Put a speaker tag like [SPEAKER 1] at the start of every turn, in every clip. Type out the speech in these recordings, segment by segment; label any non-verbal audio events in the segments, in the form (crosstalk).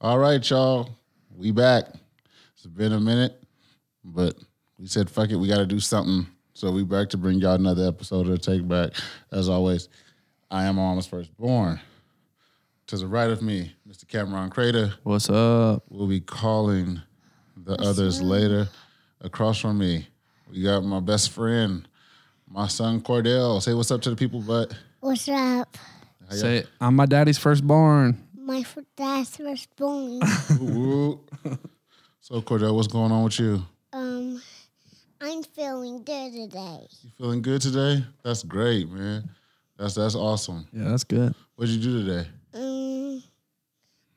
[SPEAKER 1] All right, y'all. We back. It's been a minute, but we said fuck it, we gotta do something. So we back to bring y'all another episode of Take Back. As always, I am Mama's firstborn. To the right of me, Mr. Cameron Crater.
[SPEAKER 2] What's up?
[SPEAKER 1] We'll be calling the others later. Across from me, we got my best friend, my son Cordell. Say what's up to the people, but
[SPEAKER 3] What's up?
[SPEAKER 2] Say, it. I'm my daddy's firstborn.
[SPEAKER 3] My f- dad's firstborn.
[SPEAKER 1] (laughs) so Cordell, what's going on with you?
[SPEAKER 3] um, I'm feeling good today.
[SPEAKER 1] You feeling good today? That's great, man. That's that's awesome.
[SPEAKER 2] Yeah, that's good.
[SPEAKER 1] What'd you do today?
[SPEAKER 3] Um,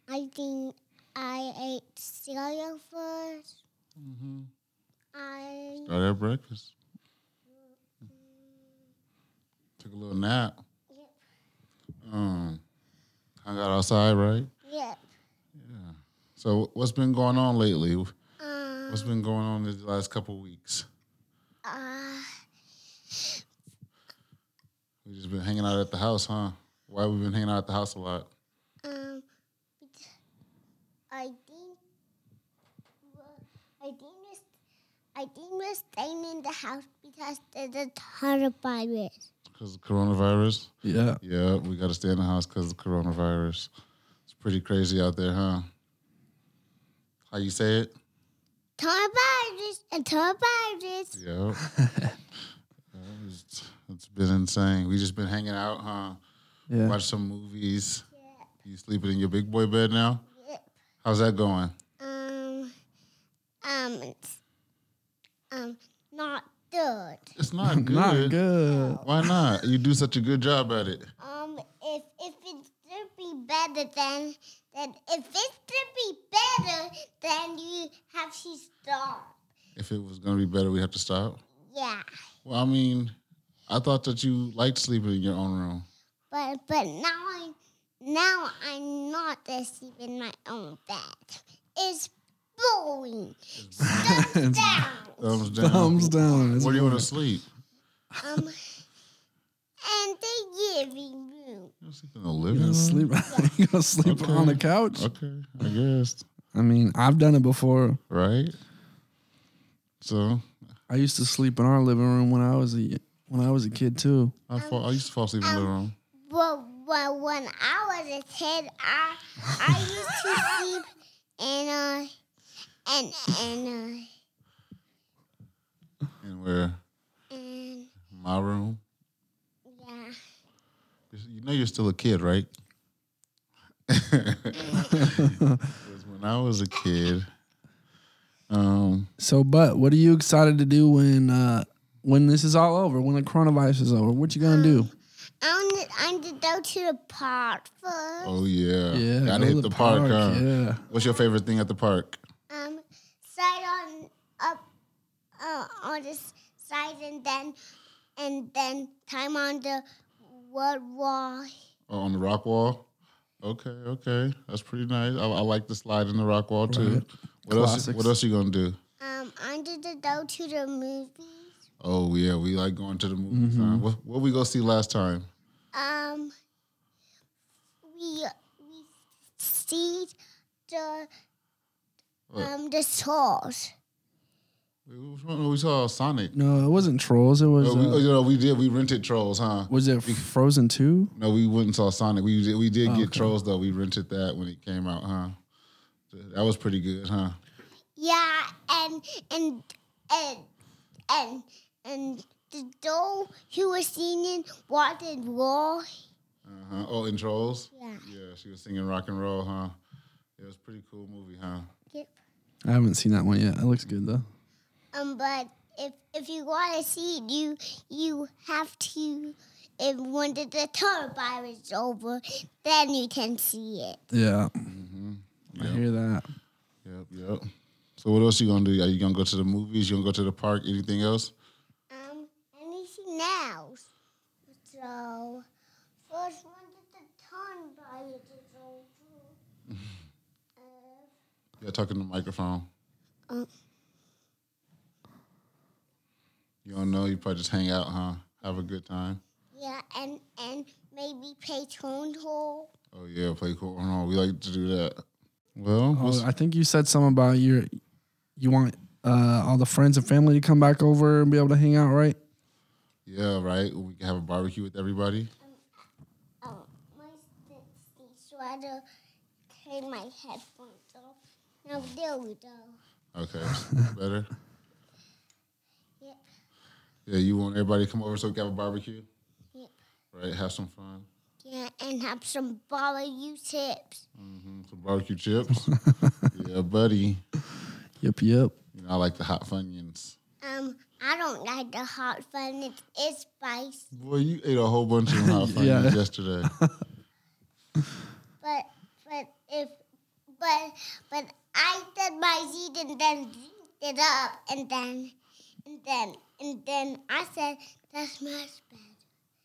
[SPEAKER 3] I think I ate cereal 1st I
[SPEAKER 1] Started at breakfast. Took a little nap. Um, hung out outside, right?
[SPEAKER 3] yep.
[SPEAKER 1] So what's been going on lately?
[SPEAKER 3] Um,
[SPEAKER 1] What's been going on these last couple weeks?
[SPEAKER 3] uh,
[SPEAKER 1] We just been hanging out at the house, huh? Why we been hanging out at the house a lot?
[SPEAKER 3] um, I think well, I think we're, I think we're staying in the house because there's a ton of virus.
[SPEAKER 1] Cause of coronavirus. (laughs)
[SPEAKER 2] Yeah.
[SPEAKER 1] Yeah, we got to stay in the house because of coronavirus. It's pretty crazy out there, huh? How you say it?
[SPEAKER 3] Ton of virus and ton of virus.
[SPEAKER 1] Yeah. it's, it's been insane. We just been hanging out, huh?
[SPEAKER 2] Yeah. (laughs)
[SPEAKER 1] Watch some movies. You sleeping in your big boy bed now?
[SPEAKER 3] Yep.
[SPEAKER 1] How's that going?
[SPEAKER 3] Um, um, it's, um, not good.
[SPEAKER 1] It's not good.
[SPEAKER 2] (laughs) Not good.
[SPEAKER 1] Why not? You do such a good job at it.
[SPEAKER 3] Um, if if it's to be better, then then if it's to be better, then you have to stop.
[SPEAKER 1] If it was gonna be better, we have to stop.
[SPEAKER 3] Yeah,
[SPEAKER 1] Well, I mean, I thought that you liked sleeping in your own room.
[SPEAKER 3] but but now I now I'm not asleep in my own bed. It's boring. Thumbs down.
[SPEAKER 1] Thumbs down.
[SPEAKER 2] (laughs) Thumbs down. It's
[SPEAKER 1] Where do you want to sleep?
[SPEAKER 3] Um, and the living room.
[SPEAKER 1] You wanna sleep in the living
[SPEAKER 2] You
[SPEAKER 1] room.
[SPEAKER 2] gonna sleep? (laughs) you gonna sleep
[SPEAKER 1] Okay.
[SPEAKER 2] on the couch?
[SPEAKER 1] Okay, I guess.
[SPEAKER 2] I mean, I've done it before.
[SPEAKER 1] Right. So
[SPEAKER 2] I used to sleep in our living room when I was a when I was a
[SPEAKER 1] (laughs)
[SPEAKER 2] kid too.
[SPEAKER 1] I fall, I used to fall asleep in the living room.
[SPEAKER 3] Well, well, when I was a kid, I I used to sleep in a and and
[SPEAKER 1] And where
[SPEAKER 3] uh and
[SPEAKER 1] my room.
[SPEAKER 3] yeah.
[SPEAKER 1] You know you're still a kid,
[SPEAKER 2] (laughs)
[SPEAKER 1] right? 'Cause when I was a kid, um,
[SPEAKER 2] So, but what are you excited to do when uh when this is all over? When the coronavirus is over, what you gonna do?
[SPEAKER 3] I'm I'm to go to the park first.
[SPEAKER 1] oh yeah,
[SPEAKER 2] go
[SPEAKER 1] gotta
[SPEAKER 2] to
[SPEAKER 1] hit the, park. huh?
[SPEAKER 2] Yeah.
[SPEAKER 1] What's your favorite thing at the park?
[SPEAKER 3] Um, side on up uh, on this side, and then and then time on the wood wall.
[SPEAKER 1] Oh, on the rock wall. Okay, okay, that's pretty nice. I, I like the slide in the rock wall too.
[SPEAKER 2] Right.
[SPEAKER 1] What else?
[SPEAKER 2] Classics.
[SPEAKER 1] What else you gonna do?
[SPEAKER 3] Um, I'm to go to the movies.
[SPEAKER 1] Oh yeah, we like going to the movies. huh?
[SPEAKER 2] Mm-hmm.
[SPEAKER 1] What, what we go see last time?
[SPEAKER 3] Um, we we see the
[SPEAKER 1] What?
[SPEAKER 3] um the souls.
[SPEAKER 1] Which one? We saw Sonic.
[SPEAKER 2] No, it wasn't trolls. It was
[SPEAKER 1] No, we, oh,
[SPEAKER 2] uh,
[SPEAKER 1] you know, we did. We rented Trolls, huh?
[SPEAKER 2] was it Frozen Two?
[SPEAKER 1] No, we went and saw Sonic. We did, we did get
[SPEAKER 2] Oh, okay.
[SPEAKER 1] Trolls though. We rented that when it came out, huh? That was pretty good, huh?
[SPEAKER 3] Yeah, and and and and and the doll who was singing "What and Roll."
[SPEAKER 1] Uh-huh. Oh, and Trolls.
[SPEAKER 3] Yeah.
[SPEAKER 1] Yeah, she was singing rock and roll, huh? It was a pretty cool movie, huh?
[SPEAKER 3] Yep.
[SPEAKER 2] I haven't seen that one yet. It looks good though.
[SPEAKER 3] Um, but if if you want to see it, you you have to. If when the guitar virus is over, then you can see it.
[SPEAKER 2] Yeah, Mm-hmm. I
[SPEAKER 1] Yep.
[SPEAKER 2] hear that.
[SPEAKER 1] Yep, yep. So what else you gonna do? Are you gonna go to the movies? You gonna go to the park? Anything else?
[SPEAKER 3] Um, anything else? So, first one that the time diet is over. uh,
[SPEAKER 1] Yeah, talking to the microphone.
[SPEAKER 3] Um.
[SPEAKER 1] You don't know. You probably just hang out, huh? Have a good time.
[SPEAKER 3] yeah, and and maybe play cornhole.
[SPEAKER 1] Oh yeah, play cornhole. We like to do that. Well,
[SPEAKER 2] Oh,
[SPEAKER 1] what's-
[SPEAKER 2] I think you said something about your you want uh, all the friends and family to come back over and be able to hang out, right?
[SPEAKER 1] yeah, right. We can have a barbecue with everybody.
[SPEAKER 3] Oh, my sticky sweater. Take my headphones off. Now there we go.
[SPEAKER 1] Okay, (laughs) better.
[SPEAKER 3] Yep.
[SPEAKER 1] Yeah, you want everybody to come over so we can have a barbecue,
[SPEAKER 3] Yep.
[SPEAKER 1] right? Have some fun.
[SPEAKER 3] Yeah, and have some barbecue chips.
[SPEAKER 1] hmm Some barbecue chips. yeah, buddy.
[SPEAKER 2] Yep, yep.
[SPEAKER 1] You know, I like the hot funyuns.
[SPEAKER 3] Um, I don't like the hot fun. It's, it's spicy.
[SPEAKER 1] Boy, you ate a whole bunch of them hot funyuns
[SPEAKER 2] Yeah.
[SPEAKER 1] yesterday.
[SPEAKER 3] But but if but but I did my seed and then zinked it up and then and then and then I said that's much better.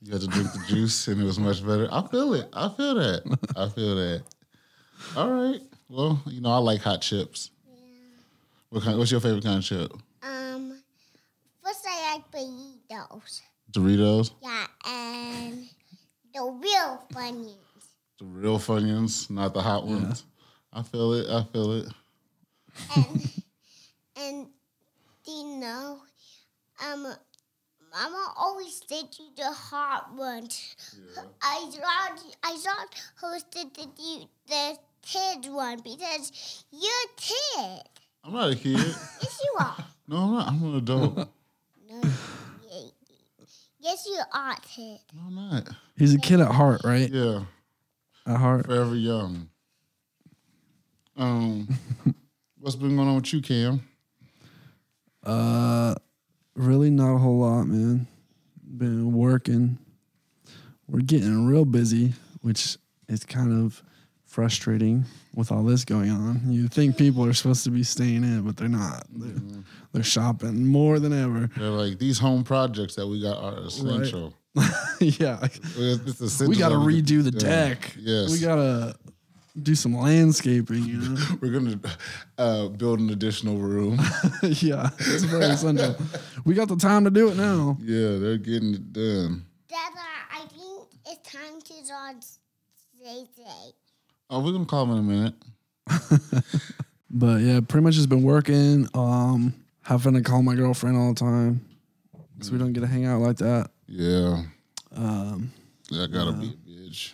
[SPEAKER 1] You had to drink the juice, and it was much better. I feel it. I feel that. I feel that. All right. Well, you know, I like hot chips. What kind? What's your favorite kind of chip?
[SPEAKER 3] Um, first I like burritos.
[SPEAKER 1] Doritos,
[SPEAKER 3] Yeah, and the real funyuns.
[SPEAKER 1] the real Funyuns, not the hot ones. I feel it. I feel it.
[SPEAKER 3] And and do you know, um, Mama always did you the hot ones. I thought I thought who did the you the kid one because you're a kid.
[SPEAKER 1] I'm not a kid.
[SPEAKER 2] (laughs)
[SPEAKER 3] Yes, you are. (sighs)
[SPEAKER 1] No, I'm not. I'm an adult. No,
[SPEAKER 3] no, y- yes, you are a kid.
[SPEAKER 1] I'm not.
[SPEAKER 2] He's a kid at heart, right?
[SPEAKER 1] Yeah,
[SPEAKER 2] At heart.
[SPEAKER 1] forever young.
[SPEAKER 2] (laughs)
[SPEAKER 1] Um, what's been going on with you, Cam?
[SPEAKER 2] Uh, really not a whole lot, man. Been working. We're getting real busy, which is kind of frustrating with all this going on. You think people are supposed to be staying in, but they're not. They're, they're shopping more than ever. (laughs)
[SPEAKER 1] They're like these home projects that we got are essential.
[SPEAKER 2] yeah, like,
[SPEAKER 1] It's- it's essential
[SPEAKER 2] we got to
[SPEAKER 1] that get
[SPEAKER 2] redo the
[SPEAKER 1] done.
[SPEAKER 2] deck.
[SPEAKER 1] Yes,
[SPEAKER 2] we got to do some landscaping. You know.
[SPEAKER 1] (laughs)
[SPEAKER 2] (laughs)
[SPEAKER 1] We're gonna uh, build an additional room.
[SPEAKER 2] yeah, it's very essential. We got the time to do it now.
[SPEAKER 1] yeah, they're getting it done.
[SPEAKER 3] Dada, I think it's time to start Zay Zay.
[SPEAKER 1] Oh, we're gonna call him in a minute.
[SPEAKER 2] But yeah, pretty much just been working. Um, having to call my girlfriend all the time because we don't get to hang out like that.
[SPEAKER 1] Yeah,
[SPEAKER 2] Um,
[SPEAKER 1] I gotta be a bitch.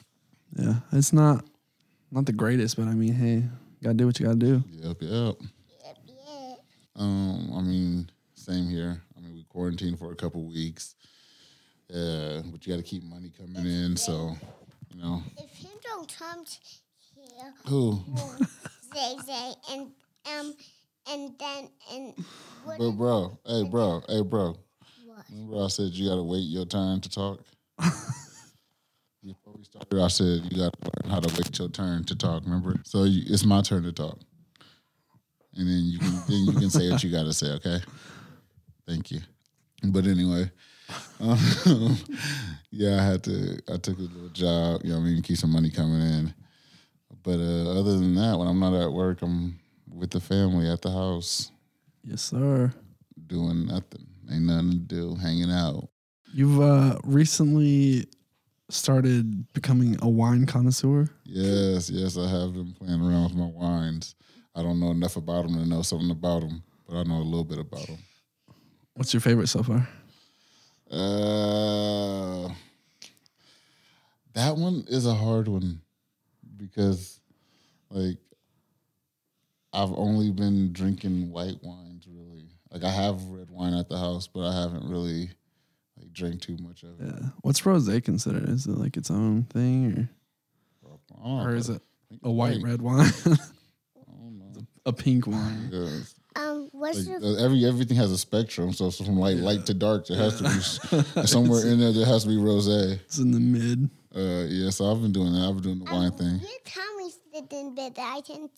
[SPEAKER 2] yeah, it's not not the greatest, but I mean, hey, gotta do what you gotta do.
[SPEAKER 1] Yep, yep.
[SPEAKER 3] Yep, yep.
[SPEAKER 1] Um, I mean, same here. I mean, we quarantined for a couple weeks. Uh, but you gotta keep money coming in, so you know.
[SPEAKER 3] If him don't come t- here,
[SPEAKER 1] Who?
[SPEAKER 3] we'll Zay Zay and um and then and what?
[SPEAKER 1] But bro, hey bro, hey bro.
[SPEAKER 3] what?
[SPEAKER 1] Remember I said you gotta wait your time to talk? (laughs) Before we started, I said you gotta learn how to wait your turn to talk, remember? So you, it's my turn to talk. And then you can then you can say what you gotta say, okay? Thank you. But anyway. (laughs) Um, yeah, I had to I took a little job, you know what I mean, keep some money coming in. But uh, other than that, when I'm not at work, I'm with the family at the house
[SPEAKER 2] Yes, sir.
[SPEAKER 1] doing nothing. Ain't nothing to do, hanging out.
[SPEAKER 2] You've uh, recently started becoming a wine connoisseur.
[SPEAKER 1] Yes, yes, I have been playing around with my wines. I don't know enough about them to know something about them, but I know a little bit about them.
[SPEAKER 2] What's your favorite so far?
[SPEAKER 1] Uh, that one is a hard one because, like, I've only been drinking white wines really. Like, I have red wine at the house, but I haven't really like drank too much of it.
[SPEAKER 2] Yeah. What's rosé considered? Is it like its own thing,
[SPEAKER 1] I don't know
[SPEAKER 2] or, or
[SPEAKER 1] if
[SPEAKER 2] is
[SPEAKER 1] I
[SPEAKER 2] it
[SPEAKER 1] think
[SPEAKER 2] a
[SPEAKER 1] it's
[SPEAKER 2] white
[SPEAKER 1] white.
[SPEAKER 2] red wine, (laughs)
[SPEAKER 1] I don't know.
[SPEAKER 2] a pink wine?
[SPEAKER 1] Yeah.
[SPEAKER 3] Um, what's
[SPEAKER 1] Like,
[SPEAKER 3] your
[SPEAKER 1] uh, every everything has a spectrum, so it's from like light to dark, there has
[SPEAKER 2] (laughs)
[SPEAKER 1] to be s- (laughs) somewhere in there. There has to be rosé.
[SPEAKER 2] It's in the mid.
[SPEAKER 1] Uh, yeah, so I've been doing that. I've been doing the wine thing.
[SPEAKER 3] Your tummy's sitting better. I can.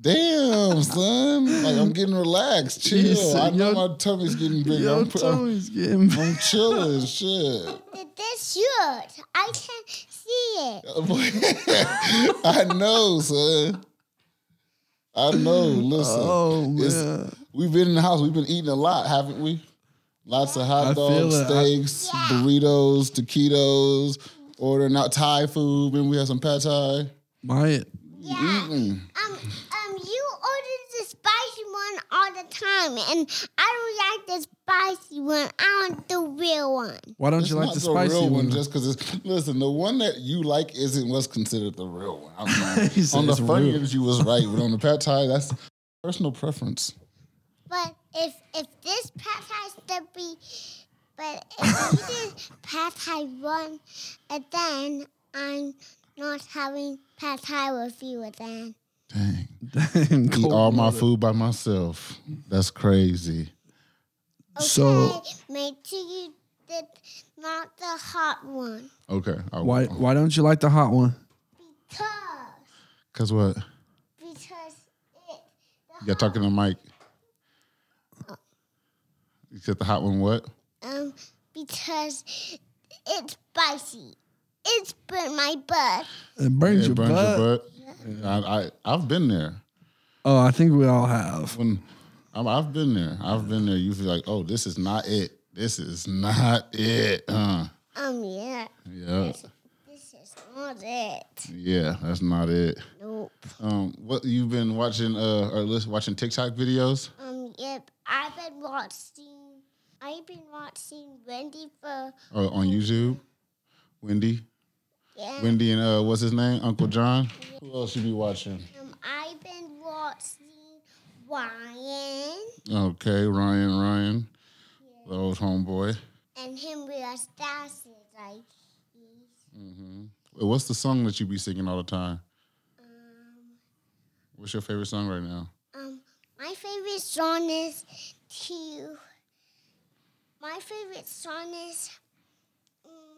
[SPEAKER 1] Damn, son, like I'm getting relaxed.
[SPEAKER 2] (laughs)
[SPEAKER 1] Chill.
[SPEAKER 2] You said
[SPEAKER 1] I know
[SPEAKER 2] your-
[SPEAKER 1] my tummy's getting bigger.
[SPEAKER 2] Yo,
[SPEAKER 1] I'm, pu- I'm,
[SPEAKER 2] Tommy's (laughs) getting
[SPEAKER 1] I'm chilling. Shit. (laughs)
[SPEAKER 3] This shirt. I can't see it.
[SPEAKER 1] I know, son. I know. Listen,
[SPEAKER 2] Oh
[SPEAKER 1] It's-
[SPEAKER 2] man,
[SPEAKER 1] we've been in the house. We've been eating a lot, haven't we? Lots of
[SPEAKER 2] I
[SPEAKER 1] hot
[SPEAKER 2] feel
[SPEAKER 1] dogs,
[SPEAKER 2] it. I-
[SPEAKER 1] steaks,
[SPEAKER 3] Yeah.
[SPEAKER 1] burritos, taquitos, ordering out Thai food. Maybe we had some pad thai.
[SPEAKER 2] my
[SPEAKER 3] Yeah.
[SPEAKER 1] Mm-mm.
[SPEAKER 3] Um, um, you ordered the spicy one all the time, and I don't like the spicy one. I want the real one.
[SPEAKER 2] Why don't
[SPEAKER 1] It's
[SPEAKER 2] you like
[SPEAKER 1] not
[SPEAKER 2] the spicy
[SPEAKER 1] real
[SPEAKER 2] one?
[SPEAKER 1] just because it's listen. The one that you like isn't what's considered the real one.
[SPEAKER 2] (laughs)
[SPEAKER 1] I'm sorry.
[SPEAKER 2] He said
[SPEAKER 1] on the
[SPEAKER 2] it's real.
[SPEAKER 1] Funyuns, you was right, but on the pad thai, that's personal preference.
[SPEAKER 3] But if if this pad thai should be, but if you did pad thai one, and then I'm not having pad thai with you again.
[SPEAKER 1] Dang,
[SPEAKER 2] (laughs) Damn,
[SPEAKER 1] eat
[SPEAKER 2] cold
[SPEAKER 1] all my
[SPEAKER 2] blooded.
[SPEAKER 1] food by myself. That's crazy.
[SPEAKER 3] Okay,
[SPEAKER 2] So-
[SPEAKER 3] make sure you did not the hot one.
[SPEAKER 1] Okay, I will.
[SPEAKER 2] Why why don't you like the hot one?
[SPEAKER 3] Because
[SPEAKER 1] Cause what?
[SPEAKER 3] because it the
[SPEAKER 1] You're talking to Mike. You said the hot one. What?
[SPEAKER 3] Um, because it's spicy. It's burnt my butt.
[SPEAKER 2] It burns,
[SPEAKER 1] It
[SPEAKER 2] your,
[SPEAKER 1] burns
[SPEAKER 2] butt.
[SPEAKER 1] your butt. I, I I've been there.
[SPEAKER 2] Oh, I think we all have.
[SPEAKER 1] when I'm, I've been there, I've been there. You feel like, oh, this is not it. This is not it. Huh?
[SPEAKER 3] Um, yeah,
[SPEAKER 1] Yeah,
[SPEAKER 3] this is not it.
[SPEAKER 1] yeah, that's not it.
[SPEAKER 3] Nope.
[SPEAKER 1] Um, what you've been watching uh, or listen, watching TikTok videos?
[SPEAKER 3] Um, yep. I've been watching. I've been watching Wendy for
[SPEAKER 1] or uh, on YouTube? Wendy,
[SPEAKER 3] yeah.
[SPEAKER 1] Wendy, and uh, what's his name? Uncle John. Who else you be watching?
[SPEAKER 3] Um, I've been watching Ryan
[SPEAKER 1] Okay, Ryan, Ryan, the old homeboy.
[SPEAKER 3] and him realize that's it. Like,
[SPEAKER 1] Mm-hmm. What's the song that you be singing all the time?
[SPEAKER 3] um,
[SPEAKER 1] What's your favorite song right now?
[SPEAKER 3] um, my favorite song is to. My favorite song is. Um,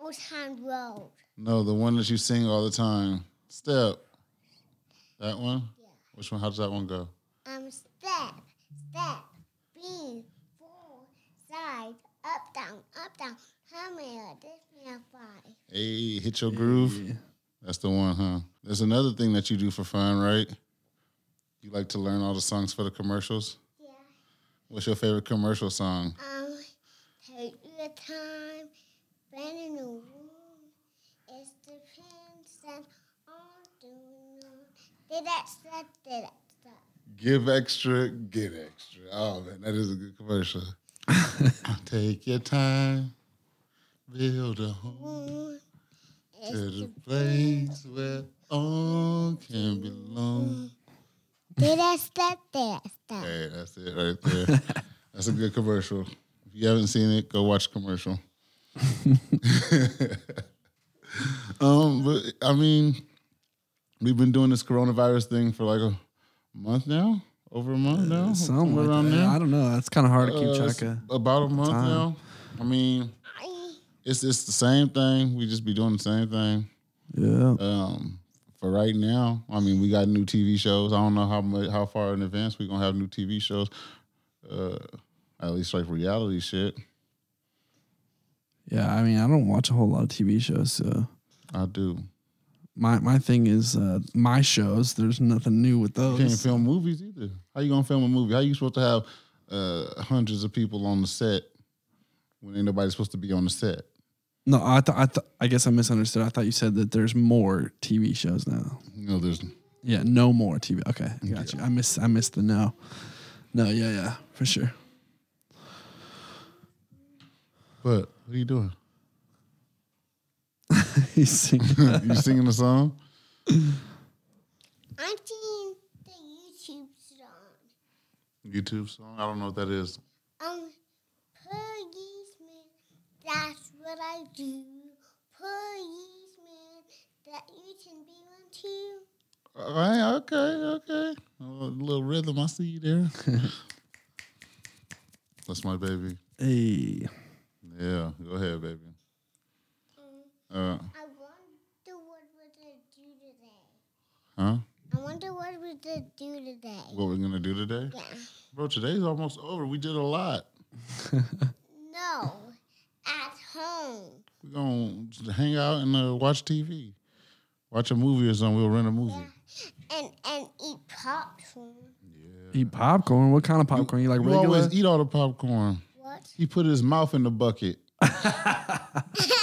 [SPEAKER 3] Old Town Road.
[SPEAKER 1] No, the one that you sing all the time. Step. That one?
[SPEAKER 3] Yeah.
[SPEAKER 1] Which one? How does that one go?
[SPEAKER 3] Um, step, step, bean, four, side, up, down, up, down. How many are this? Me a five.
[SPEAKER 1] Hey, hit your groove. (laughs) That's the one, huh? There's another thing that you do for fun, right? You like to learn all the songs for the commercials.
[SPEAKER 3] Yeah.
[SPEAKER 1] What's your favorite commercial song?
[SPEAKER 3] Um, take your time, bend in the room. It's the princess all doing on. Did that stuff, did that stuff.
[SPEAKER 1] Give extra, get extra. Oh man, that is a good commercial. Take your time, build a home.
[SPEAKER 3] Room. It's
[SPEAKER 1] To
[SPEAKER 3] the
[SPEAKER 1] the place where all can belong.
[SPEAKER 3] did that stuff, did that stuff.
[SPEAKER 1] Hey, that's it right
[SPEAKER 2] (laughs)
[SPEAKER 1] there. that's a good commercial. If you haven't seen it, go watch the
[SPEAKER 2] (laughs)
[SPEAKER 1] commercial. um, but I mean, we've been doing this coronavirus thing for like a month now, over a month now,
[SPEAKER 2] Uh, (laughs) Something like
[SPEAKER 1] around
[SPEAKER 2] that.
[SPEAKER 1] there.
[SPEAKER 2] I don't know. That's kind of hard to
[SPEAKER 1] Uh,
[SPEAKER 2] keep
[SPEAKER 1] it's
[SPEAKER 2] track of.
[SPEAKER 1] about a month
[SPEAKER 2] time.
[SPEAKER 1] now. I mean,
[SPEAKER 3] I,
[SPEAKER 1] it's it's the same thing. We just be doing the same thing.
[SPEAKER 2] Yeah.
[SPEAKER 1] Um, for right now, I mean, we got new TV shows. I don't know how much, how far in advance we're gonna have new TV shows. Uh, at least like reality shit.
[SPEAKER 2] Yeah. I mean, I don't watch a whole lot of TV shows, so
[SPEAKER 1] I do.
[SPEAKER 2] my my thing is uh, my shows. There's nothing new with
[SPEAKER 1] You can't
[SPEAKER 2] those.
[SPEAKER 1] film movies either. How you gonna film a movie? How you supposed to have uh, hundreds of people on the set when ain't nobody supposed to be on the set?
[SPEAKER 2] No, I thought I th- I guess I misunderstood. I thought you said that there's more TV shows now.
[SPEAKER 1] You know, there's
[SPEAKER 2] Yeah, no more TV. Okay, got you. I miss I missed the no. No, yeah, yeah, for sure. (laughs)
[SPEAKER 1] but what are you doing?
[SPEAKER 2] He's singing.
[SPEAKER 1] (laughs) you singing a song?
[SPEAKER 3] I'm seeing the YouTube song.
[SPEAKER 1] YouTube song? I don't know what that is.
[SPEAKER 3] Um, policeman, that's what I do. Policeman, that you can be one too.
[SPEAKER 1] All right, okay, okay. A little rhythm, I see you
[SPEAKER 2] (laughs)
[SPEAKER 1] there. That's my baby.
[SPEAKER 2] hey,
[SPEAKER 1] Yeah, go ahead, baby. Uh,
[SPEAKER 3] I wonder what we're gonna do today.
[SPEAKER 1] huh?
[SPEAKER 3] I wonder what we're gonna do today.
[SPEAKER 1] What we're gonna do today,
[SPEAKER 3] Yeah.
[SPEAKER 1] bro? Today's almost over. We did a lot.
[SPEAKER 3] No, at home.
[SPEAKER 1] We're gonna hang out and uh, watch TV, watch a movie or something. We'll rent a movie.
[SPEAKER 3] Yeah. And and eat popcorn.
[SPEAKER 2] eat popcorn. What kind of popcorn? You like
[SPEAKER 1] You
[SPEAKER 2] regular?
[SPEAKER 1] always eat all the popcorn.
[SPEAKER 3] What?
[SPEAKER 2] (laughs)
[SPEAKER 1] He put his mouth in the bucket. (laughs)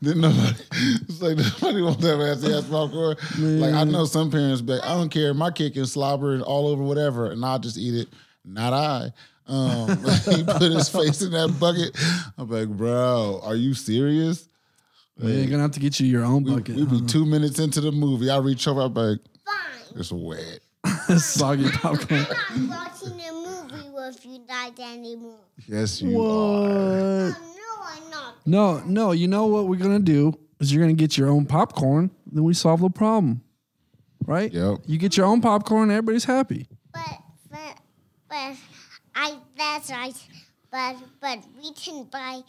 [SPEAKER 1] Then nobody, it's like nobody wants that nasty ass popcorn. Like I know some parents be like, I don't care, my kid can slobber it all over whatever, and I'll just eat it. Not I. Um, (laughs) he put his face in that bucket. I'm like, bro, are you serious?
[SPEAKER 2] They're gonna have to get you your own
[SPEAKER 1] We,
[SPEAKER 2] bucket.
[SPEAKER 1] we be
[SPEAKER 2] huh?
[SPEAKER 1] two minutes into the movie. I reach over, I'm like,
[SPEAKER 3] Fine.
[SPEAKER 1] it's wet.
[SPEAKER 2] (laughs)
[SPEAKER 3] (laughs)
[SPEAKER 2] soggy popcorn.
[SPEAKER 3] I'm not watching a movie with you guys anymore.
[SPEAKER 1] Yes, (laughs) you are.
[SPEAKER 3] Oh,
[SPEAKER 2] What?
[SPEAKER 3] no, I'm not.
[SPEAKER 2] No, no. You know what we're gonna do is you're gonna get your own popcorn. Then we solve the problem, right?
[SPEAKER 1] Yep.
[SPEAKER 2] You get your own popcorn. Everybody's happy.
[SPEAKER 3] But, but, but, I, that's right. But, but we can buy,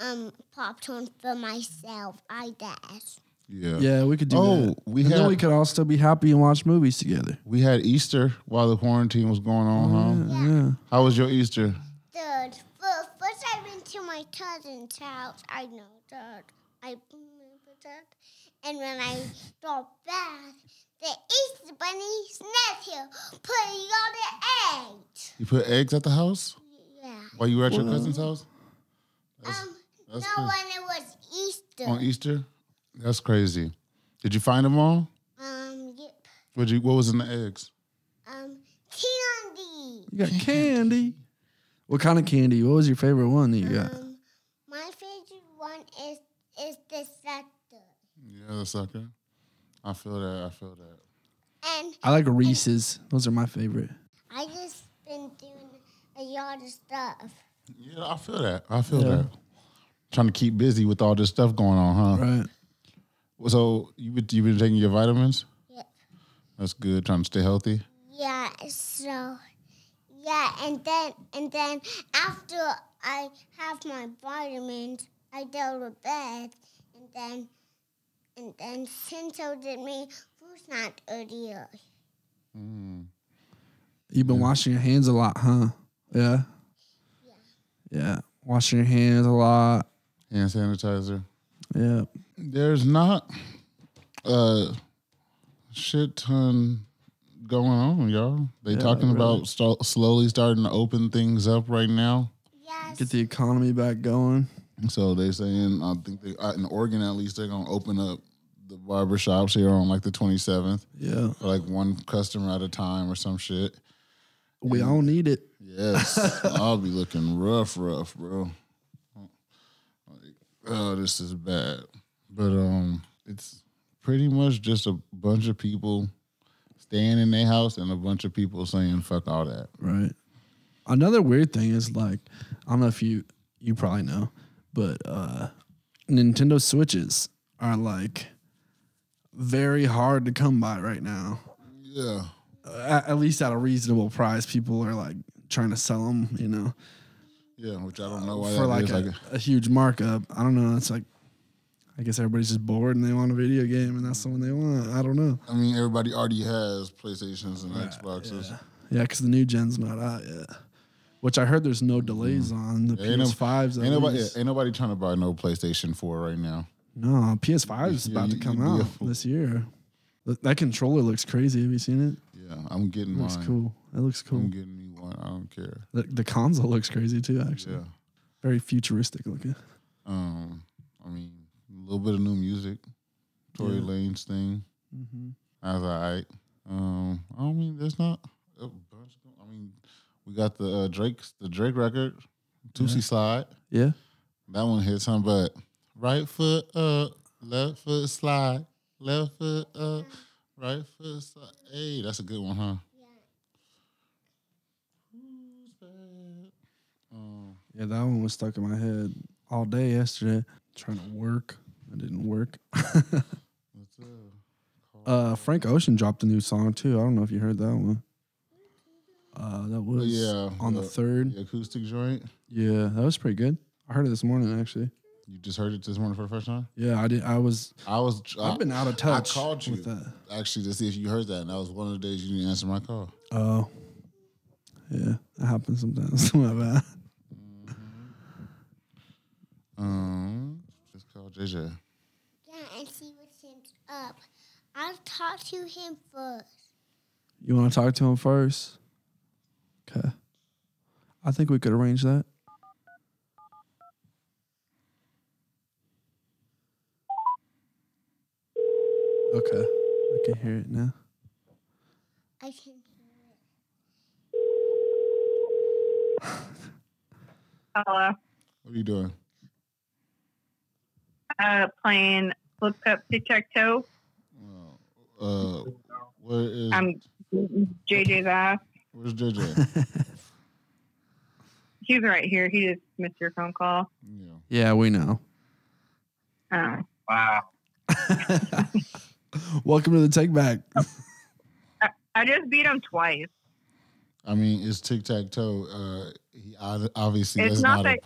[SPEAKER 3] um, popcorn for myself. I guess.
[SPEAKER 1] Yeah.
[SPEAKER 2] Yeah, we could do
[SPEAKER 1] Oh,
[SPEAKER 2] that.
[SPEAKER 1] we
[SPEAKER 2] and then
[SPEAKER 1] had-
[SPEAKER 2] we could all still be happy and watch movies together.
[SPEAKER 1] We had Easter while the quarantine was going on, huh?
[SPEAKER 2] Yeah.
[SPEAKER 1] How was your Easter?
[SPEAKER 3] Third, fir- first I went to my cousin's house. I know that. I remember that. And when I got back, the Easter Bunny snapped here, putting on the eggs.
[SPEAKER 1] You put eggs at the house
[SPEAKER 3] Yeah.
[SPEAKER 1] while you were at your
[SPEAKER 2] Mm-hmm.
[SPEAKER 1] cousin's house
[SPEAKER 3] um,
[SPEAKER 1] that's
[SPEAKER 3] no,
[SPEAKER 1] good.
[SPEAKER 3] when it was Easter.
[SPEAKER 1] on E- Easter? That's crazy. Did you find them all?
[SPEAKER 3] um, yep.
[SPEAKER 1] What you? What was in the eggs?
[SPEAKER 3] Um, candy.
[SPEAKER 2] You got candy. What kind of candy? What was your favorite one that you got?
[SPEAKER 3] Um, my favorite one is is the sector.
[SPEAKER 1] Yeah, the sucker. I feel that. I feel that.
[SPEAKER 3] And
[SPEAKER 2] I like Reese's. Those are my favorite.
[SPEAKER 3] I just been doing a lot of stuff.
[SPEAKER 1] Yeah, I feel that. I feel
[SPEAKER 2] Yeah.
[SPEAKER 1] that. Trying to keep busy with all this stuff going on, huh?
[SPEAKER 2] Right.
[SPEAKER 1] So you been you been taking your vitamins?
[SPEAKER 3] Yep.
[SPEAKER 1] That's good. Trying to stay healthy.
[SPEAKER 3] Yeah, so yeah, and then and then after I have my vitamins, I go to bed, and then and then Shinto did me food snack earlier.
[SPEAKER 1] Mm.
[SPEAKER 2] You've been washing your hands a lot, huh? Yeah. Yeah. Washing your hands a lot.
[SPEAKER 1] Hand sanitizer.
[SPEAKER 2] Yeah.
[SPEAKER 1] there's not a shit ton going on, y'all. They talking about st- slowly starting to open things up right now.
[SPEAKER 3] Yes.
[SPEAKER 2] Get the economy back going.
[SPEAKER 1] So they saying, I think they uh, in Oregon at least they're gonna open up the barber shops here on like the 27th,
[SPEAKER 2] Yeah.
[SPEAKER 1] for like one customer at a time or some shit.
[SPEAKER 2] We all need it. (laughs)
[SPEAKER 1] Yes, I'll be looking rough, rough, bro. Like, oh, this is bad. But um, it's pretty much just a bunch of people staying in their house and a bunch of people saying "fuck all that."
[SPEAKER 2] Right. Another weird thing is like, I don't know if you you probably know, but uh Nintendo Switches are like very hard to come by right now.
[SPEAKER 1] Yeah,
[SPEAKER 2] At, at least at a reasonable price, people are like trying to sell them, you know,
[SPEAKER 1] yeah. Which I don't know why
[SPEAKER 2] Uh, for
[SPEAKER 1] that
[SPEAKER 2] like
[SPEAKER 1] is.
[SPEAKER 2] a, a huge markup. I don't know. It's like, I guess everybody's just bored and they want a video game and that's the one they want. I don't know.
[SPEAKER 1] I mean, everybody already has PlayStations and Xboxes.
[SPEAKER 2] Yeah, because the new gen's not out yet. Which I heard there's no delays on the
[SPEAKER 1] Mm. Ain't no-
[SPEAKER 2] PS5s. at
[SPEAKER 1] Ain't nobody,
[SPEAKER 2] least.
[SPEAKER 1] ain't nobody trying to buy no PlayStation Four right now.
[SPEAKER 2] No, PS5 is
[SPEAKER 1] You-
[SPEAKER 2] about to
[SPEAKER 1] you-
[SPEAKER 2] come
[SPEAKER 1] you'd be a
[SPEAKER 2] out
[SPEAKER 1] fool.
[SPEAKER 2] this year. Th- That controller looks crazy. Have you seen it?
[SPEAKER 1] Yeah, I'm getting
[SPEAKER 2] Looks
[SPEAKER 1] mine.
[SPEAKER 2] cool. That looks
[SPEAKER 1] I'm
[SPEAKER 2] cool.
[SPEAKER 1] getting me one. I don't care.
[SPEAKER 2] The, the console looks crazy too. Actually,
[SPEAKER 1] Yeah.
[SPEAKER 2] very futuristic looking.
[SPEAKER 1] Um, I mean, a little bit of new music. Tory
[SPEAKER 2] Yeah.
[SPEAKER 1] Lane's thing.
[SPEAKER 2] Mhm.
[SPEAKER 1] I was all right. Um, I don't mean, there's not a bunch. Of, I mean, we got the uh, Drake's the Drake record, Tootsie Slide.
[SPEAKER 2] Yeah,
[SPEAKER 1] That one hits him, but right foot up, left foot slide, left foot up, right foot slide. Hey, that's a good one, huh? Who's bad? Um,
[SPEAKER 2] yeah, that one was stuck in my head all day yesterday. Trying to work, it didn't work. (laughs)
[SPEAKER 1] what's up?
[SPEAKER 2] uh, Frank Ocean dropped a new song too. I don't know if you heard that one. Uh, that was
[SPEAKER 1] yeah,
[SPEAKER 2] on the
[SPEAKER 1] the-
[SPEAKER 2] third.
[SPEAKER 1] The acoustic joint.
[SPEAKER 2] Yeah, that was pretty good. I heard it this morning actually.
[SPEAKER 1] You just heard it this morning for the first time.
[SPEAKER 2] Yeah, I did. I was.
[SPEAKER 1] I was. I,
[SPEAKER 2] I've been out of touch.
[SPEAKER 1] called you.
[SPEAKER 2] with that.
[SPEAKER 1] actually to see if you heard that, and that was one of the days you didn't answer my call.
[SPEAKER 2] Oh. Yeah, that happens sometimes. (laughs) My bad.
[SPEAKER 1] Um, it's called JJ.
[SPEAKER 3] Yeah, and see what's him's up. I'll talk to him first.
[SPEAKER 2] You want to talk to him first? Okay. I think we could arrange that. Okay. I can hear it now. (laughs)
[SPEAKER 3] I can hear it.
[SPEAKER 4] Hello.
[SPEAKER 1] What are you doing?
[SPEAKER 4] Uh, playing flip cup tic tac toe.
[SPEAKER 1] Uh, where is
[SPEAKER 4] I'm JJ's ass.
[SPEAKER 1] where's
[SPEAKER 4] (laughs)
[SPEAKER 1] JJ?
[SPEAKER 4] He's right here. He just missed your phone call.
[SPEAKER 1] you know,
[SPEAKER 2] yeah, we know. (laughs)
[SPEAKER 4] Uh,
[SPEAKER 5] Wow.
[SPEAKER 2] Welcome to the take back.
[SPEAKER 4] I just beat him twice.
[SPEAKER 1] I mean, it's tic tac toe. Uh, he ob- obviously
[SPEAKER 4] It's
[SPEAKER 1] doesn't know
[SPEAKER 4] not
[SPEAKER 1] how, to,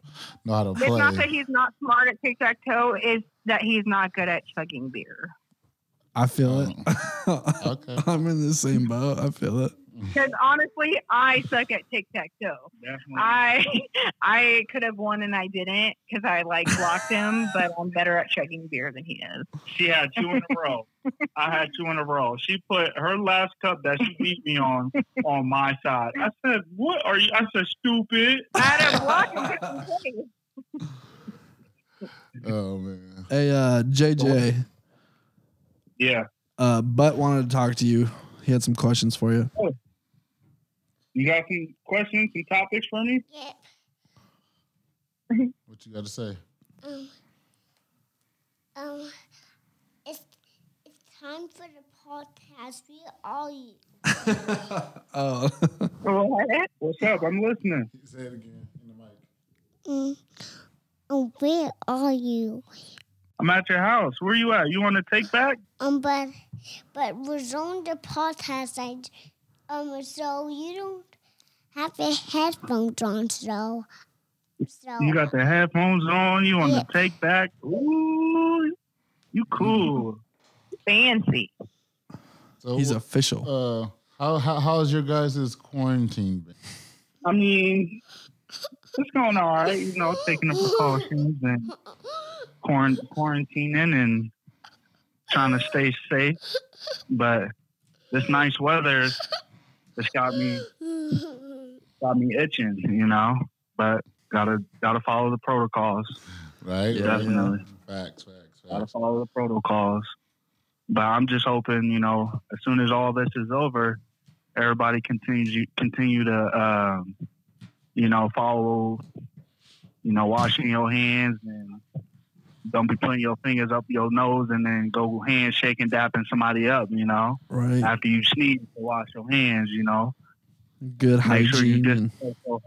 [SPEAKER 1] know how to
[SPEAKER 4] It's not that
[SPEAKER 1] play.
[SPEAKER 4] he's not smart at tic tac toe. It's that he's not good at chugging beer.
[SPEAKER 2] I feel it. (laughs)
[SPEAKER 1] Okay.
[SPEAKER 2] I'm in the same boat. I feel it.
[SPEAKER 4] Because honestly, I suck at tic tac toe.
[SPEAKER 5] Definitely.
[SPEAKER 4] I (laughs) I could have won and I didn't because I like blocked him. But I'm better at chugging beer than he is.
[SPEAKER 5] She had two in a row. I had two in a row. She put her last cup that she beat me on on my side. I said, "What are you?" I said, "Stupid."
[SPEAKER 4] I had to block him just in case.
[SPEAKER 1] Oh man,
[SPEAKER 2] Hey, uh, JJ,
[SPEAKER 5] Yeah,
[SPEAKER 2] uh, Butt wanted to talk to you. He had some questions for you.
[SPEAKER 5] you got some questions, some topics for me?
[SPEAKER 3] Yep.
[SPEAKER 1] what you got to say?
[SPEAKER 3] Um, um, it's, it's time for the podcast. We all eat.
[SPEAKER 2] Oh,
[SPEAKER 4] What?
[SPEAKER 5] What's up? I'm listening.
[SPEAKER 1] Say it again in the mic.
[SPEAKER 3] Mm. Um, where are you?
[SPEAKER 5] I'm at your house. Where you at? You want to take back?
[SPEAKER 3] Um, but but we're on the podcast, and um, so you don't have your headphones on, so so (laughs)
[SPEAKER 5] You got the headphones on. You want to take back? Ooh, you cool.
[SPEAKER 4] Fancy.
[SPEAKER 1] So
[SPEAKER 2] he's official.
[SPEAKER 1] uh, how how how's your guys' quarantine been?
[SPEAKER 5] I mean, it's going all right. You know, taking the precautions and quarant- quarantining and trying to stay safe. But this nice weather, it's got me got me itching. You know, but gotta gotta follow the protocols.
[SPEAKER 1] Right,
[SPEAKER 2] Yeah.
[SPEAKER 1] right.
[SPEAKER 5] Definitely.
[SPEAKER 1] Facts, facts,
[SPEAKER 5] Gotta
[SPEAKER 1] facts.
[SPEAKER 5] follow the protocols. But I'm just hoping, you know, as soon as all this is over, everybody continues continue to, um, you know, follow, you know, washing your hands and don't be putting your fingers up your nose and then go handshaking, dapping somebody up. You know,
[SPEAKER 2] right.
[SPEAKER 5] after you sneeze, to wash your hands. You know,
[SPEAKER 2] Good
[SPEAKER 5] make sure
[SPEAKER 2] hygiene.
[SPEAKER 5] you
[SPEAKER 2] and-
[SPEAKER 5] disinfect your-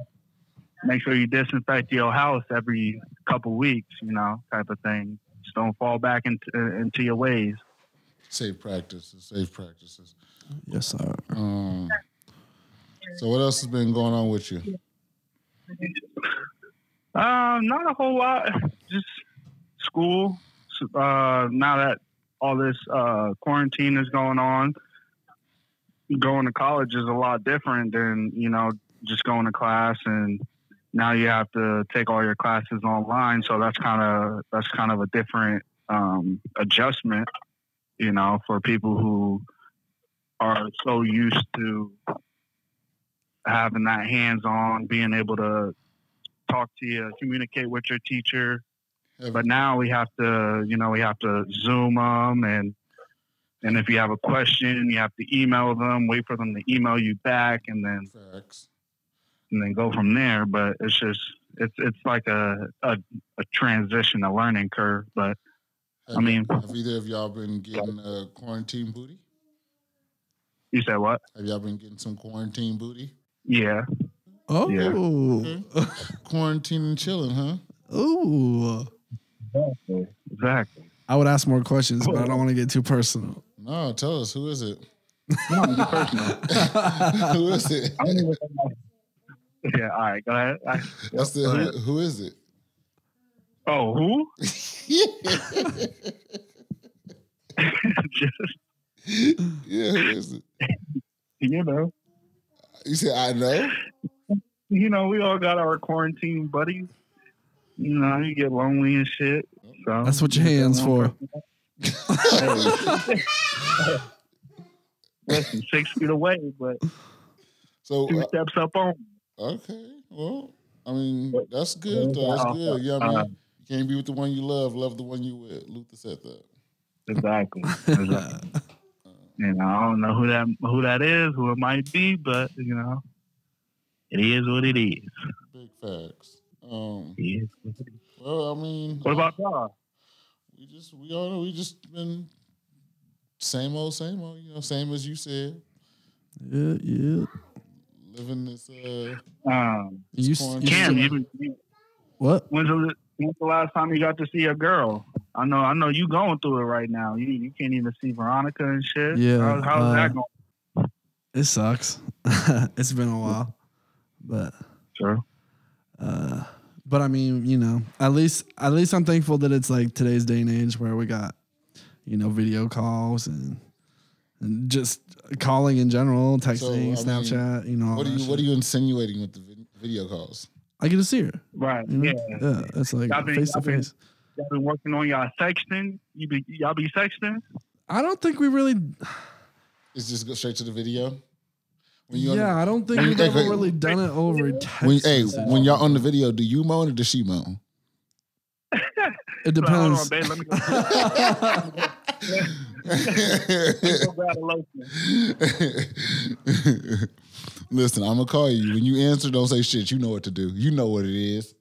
[SPEAKER 5] make sure you disinfect your house every couple weeks. You know, type of thing. Just don't fall back into into your ways.
[SPEAKER 1] Safe practices, safe practices.
[SPEAKER 2] yes, sir.
[SPEAKER 1] Um, so what else has been going on with you?
[SPEAKER 5] Um, not a whole lot. (sighs) Just school. S- Uh, now that all this uh, quarantine is going on, going to college is a lot different than you know just going to class. And now you have to take all your classes online, so that's kind of that's kind of a different um, adjustment. You know, for people who are so used to having that hands-on, being able to talk to you, communicate with your teacher.
[SPEAKER 1] Have-
[SPEAKER 5] But now we have to, you know, we have to Zoom them, and and if you have a question, you have to email them, wait for them to email you back, and then
[SPEAKER 1] Facts.
[SPEAKER 5] and then go from there. But it's just it's it's like a a, a transition, a learning curve. But
[SPEAKER 1] Have,
[SPEAKER 5] I mean-
[SPEAKER 1] have either of y'all been getting uh, quarantine booty?
[SPEAKER 5] you said what?
[SPEAKER 1] Have y'all been getting some quarantine booty?
[SPEAKER 5] Yeah,
[SPEAKER 2] Oh,
[SPEAKER 5] Yeah. Mm-hmm.
[SPEAKER 1] Quarantine and chilling, huh?
[SPEAKER 2] oh.
[SPEAKER 5] exactly.
[SPEAKER 2] I would ask more questions, but I don't want to get too personal.
[SPEAKER 1] No, tell us who is it?
[SPEAKER 2] personal.
[SPEAKER 1] (laughs) who is it?
[SPEAKER 5] I don't even know. Yeah, all right, go ahead. I,
[SPEAKER 1] That's the who, who is
[SPEAKER 5] (laughs)
[SPEAKER 1] it? (laughs)
[SPEAKER 5] oh, who? just
[SPEAKER 1] yeah, who is it?
[SPEAKER 5] you know,
[SPEAKER 1] You said I know.
[SPEAKER 5] you know, we all got our quarantine buddies. You know, you get lonely and shit. So
[SPEAKER 2] (laughs) That's what your hands for.
[SPEAKER 5] (laughs) Listen, six feet away, but
[SPEAKER 1] So
[SPEAKER 5] two
[SPEAKER 1] uh,
[SPEAKER 5] steps up on.
[SPEAKER 1] okay, well, I mean that's
[SPEAKER 2] uh,
[SPEAKER 1] good though. That's good. Yeah, I mean you can't be with the one you love. Love the one you with. Luther said that.
[SPEAKER 2] (laughs)
[SPEAKER 5] Exactly. exactly. you know, I don't know who that who that is, who it might be, but you know, it is what it is.
[SPEAKER 1] Big facts. Um,
[SPEAKER 5] It is what it is.
[SPEAKER 1] well, I mean,
[SPEAKER 5] What about y'all?
[SPEAKER 1] we just we all we just been same old, same old. You know, same as you said,
[SPEAKER 2] Yeah, yeah.
[SPEAKER 1] living this. Uh,
[SPEAKER 5] Um,
[SPEAKER 2] You, s- you
[SPEAKER 1] Cam,
[SPEAKER 5] Cam,
[SPEAKER 2] still-
[SPEAKER 5] you, been- you
[SPEAKER 2] what?
[SPEAKER 5] When's the, when's the last time you got to see a girl? I know, I know you going through it right now. You you can't even see Veronica and shit.
[SPEAKER 2] Yeah,
[SPEAKER 5] How, how's
[SPEAKER 2] uh,
[SPEAKER 5] that going?
[SPEAKER 2] It sucks. (laughs) it's been a while, but
[SPEAKER 5] Sure.
[SPEAKER 2] uh, but I mean, you know, at least at least I'm thankful that it's like today's day and age where we got, you know, video calls and, and just calling in general,
[SPEAKER 1] I
[SPEAKER 2] texting,
[SPEAKER 1] mean,
[SPEAKER 2] Snapchat, you know. all
[SPEAKER 1] what are
[SPEAKER 2] that
[SPEAKER 1] you What are
[SPEAKER 2] shit.
[SPEAKER 1] you insinuating with the vid- video calls?
[SPEAKER 2] I get to see her.
[SPEAKER 5] Right.
[SPEAKER 2] you know?
[SPEAKER 5] Yeah.
[SPEAKER 2] yeah, it's like
[SPEAKER 5] I've been-
[SPEAKER 2] face to
[SPEAKER 5] I've been-
[SPEAKER 2] face.
[SPEAKER 5] Y'all been working on y'all sexting. You be y'all be sexting.
[SPEAKER 2] I don't think we really.
[SPEAKER 1] It's just go straight to the video. When you on the-
[SPEAKER 2] Yeah, I don't think
[SPEAKER 1] When you-
[SPEAKER 2] we've ever
[SPEAKER 1] hey,
[SPEAKER 2] really done it over text.
[SPEAKER 1] when, hey,
[SPEAKER 2] message.
[SPEAKER 1] when y'all on the video, do you moan or does she moan?
[SPEAKER 2] it
[SPEAKER 5] Like, Hold on,
[SPEAKER 2] depends.
[SPEAKER 5] babe. Let me go, let me go grab
[SPEAKER 2] (laughs)
[SPEAKER 5] a lotion.
[SPEAKER 1] Listen, I'm gonna call you. When you answer, don't say shit. You know what to do. You know what it is.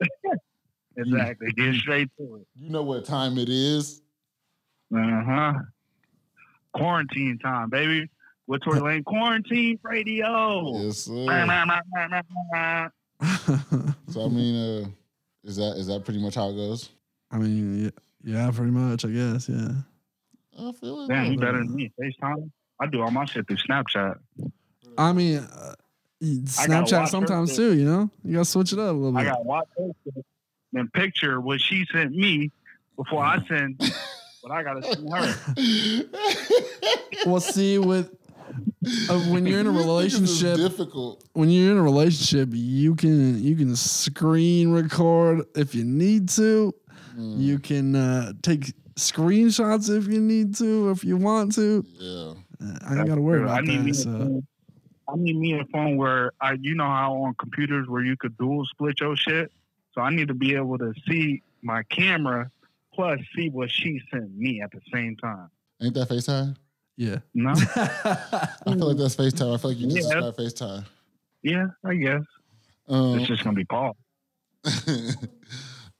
[SPEAKER 5] Exactly. Get straight to it.
[SPEAKER 1] You know what time it is.
[SPEAKER 5] Uh huh. Quarantine time, baby.
[SPEAKER 2] (laughs)
[SPEAKER 5] What's Tory Lane? Quarantine radio.
[SPEAKER 1] Yes, sir. So I mean, uh, is that is that pretty much how it goes?
[SPEAKER 2] (laughs) I mean, yeah, yeah, pretty much. I guess. Yeah.
[SPEAKER 1] I feel it.
[SPEAKER 5] Damn, you
[SPEAKER 1] man.
[SPEAKER 5] better than me. FaceTime. I do all my shit through Snapchat.
[SPEAKER 2] I mean, uh,
[SPEAKER 5] watch
[SPEAKER 2] Snapchat
[SPEAKER 5] her
[SPEAKER 2] sometimes
[SPEAKER 5] too.
[SPEAKER 2] too. You know, you gotta switch it up a little
[SPEAKER 5] I
[SPEAKER 2] bit.
[SPEAKER 5] got watch her shit, then picture what she sent me before I
[SPEAKER 2] (laughs)
[SPEAKER 5] send what I gotta send her.
[SPEAKER 2] well, see, with uh, when you're in
[SPEAKER 1] (laughs)
[SPEAKER 2] a
[SPEAKER 1] This niggas is
[SPEAKER 2] relationship,
[SPEAKER 1] difficult.
[SPEAKER 2] when you're in a relationship, you can you can screen record if you need to.
[SPEAKER 1] Mm,
[SPEAKER 2] You can uh, take screenshots if you need to, if you want to.
[SPEAKER 1] yeah.
[SPEAKER 2] Uh, I ain't gotta worry
[SPEAKER 5] I
[SPEAKER 2] about
[SPEAKER 5] need me
[SPEAKER 2] that.
[SPEAKER 5] a
[SPEAKER 2] So.
[SPEAKER 5] phone- I need me a phone where I you know how on computers where you could dual split your shit. So I need to be able to see my camera plus see what she sent me at the same time.
[SPEAKER 1] Ain't that FaceTime?
[SPEAKER 2] Yeah. (laughs)
[SPEAKER 5] No?
[SPEAKER 1] I feel like that's FaceTime. I feel like you just
[SPEAKER 5] Yeah.
[SPEAKER 1] described FaceTime.
[SPEAKER 5] yeah, I guess. It's
[SPEAKER 1] Um,
[SPEAKER 5] just gonna be Paul.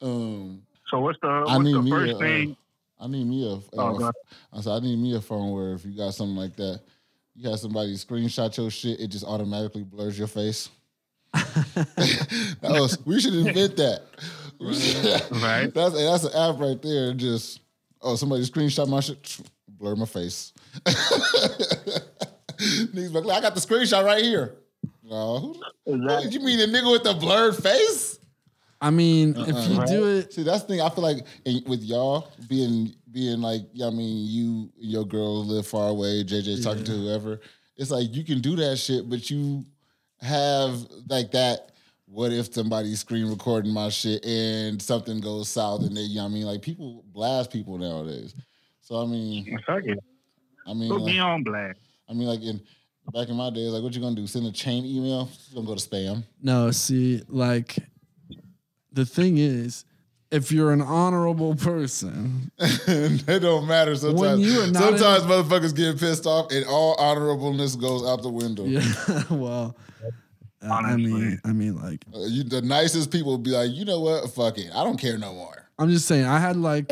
[SPEAKER 1] um, (laughs)
[SPEAKER 5] So what's the
[SPEAKER 1] I
[SPEAKER 5] what's
[SPEAKER 1] need
[SPEAKER 5] the
[SPEAKER 1] me
[SPEAKER 5] first
[SPEAKER 1] a,
[SPEAKER 5] thing?
[SPEAKER 1] uh, I need me a. Uh,
[SPEAKER 5] Oh, go ahead.
[SPEAKER 1] I said I need me a phone where if you got something like that, you have somebody screenshot your shit, it just automatically blurs your face. (laughs) that was, we should invent that. We should-
[SPEAKER 5] Right.
[SPEAKER 1] That's that's an app right there. Just oh, somebody screenshot my shit, (sniffs) blur my face. (laughs) Niggas like, I got the screenshot right here. No, who-
[SPEAKER 5] Exactly.
[SPEAKER 1] you mean the nigga with the blurred face?
[SPEAKER 2] I mean,
[SPEAKER 1] Uh-uh.
[SPEAKER 2] if you do it,
[SPEAKER 1] See, that's the thing. I feel like in, with y'all being being like, I mean, you your girl live far away. JJ's talking to whoever. It's like you can do that shit, but you have like that. What if somebody screen recording my shit and something goes south and they, you know what I mean, like people blast people nowadays. So I mean,
[SPEAKER 5] Fuck it.
[SPEAKER 1] I mean,
[SPEAKER 5] Put me
[SPEAKER 1] like,
[SPEAKER 5] on blast.
[SPEAKER 1] I mean, like in back in my days, like what you gonna do? Send a chain email? It's gonna go to spam.
[SPEAKER 2] No, see, like the thing is, if you're an honorable person,
[SPEAKER 1] (laughs) it don't matter sometimes.
[SPEAKER 2] When you are not
[SPEAKER 1] sometimes motherfuckers get pissed off, and all honorableness goes out the window.
[SPEAKER 2] yeah, (laughs) well, uh, I mean,
[SPEAKER 5] Honestly.
[SPEAKER 2] I mean, like,
[SPEAKER 1] Uh, you, the nicest people would be like, you know what? Fuck it, I don't care no more.
[SPEAKER 2] I'm just saying, I had like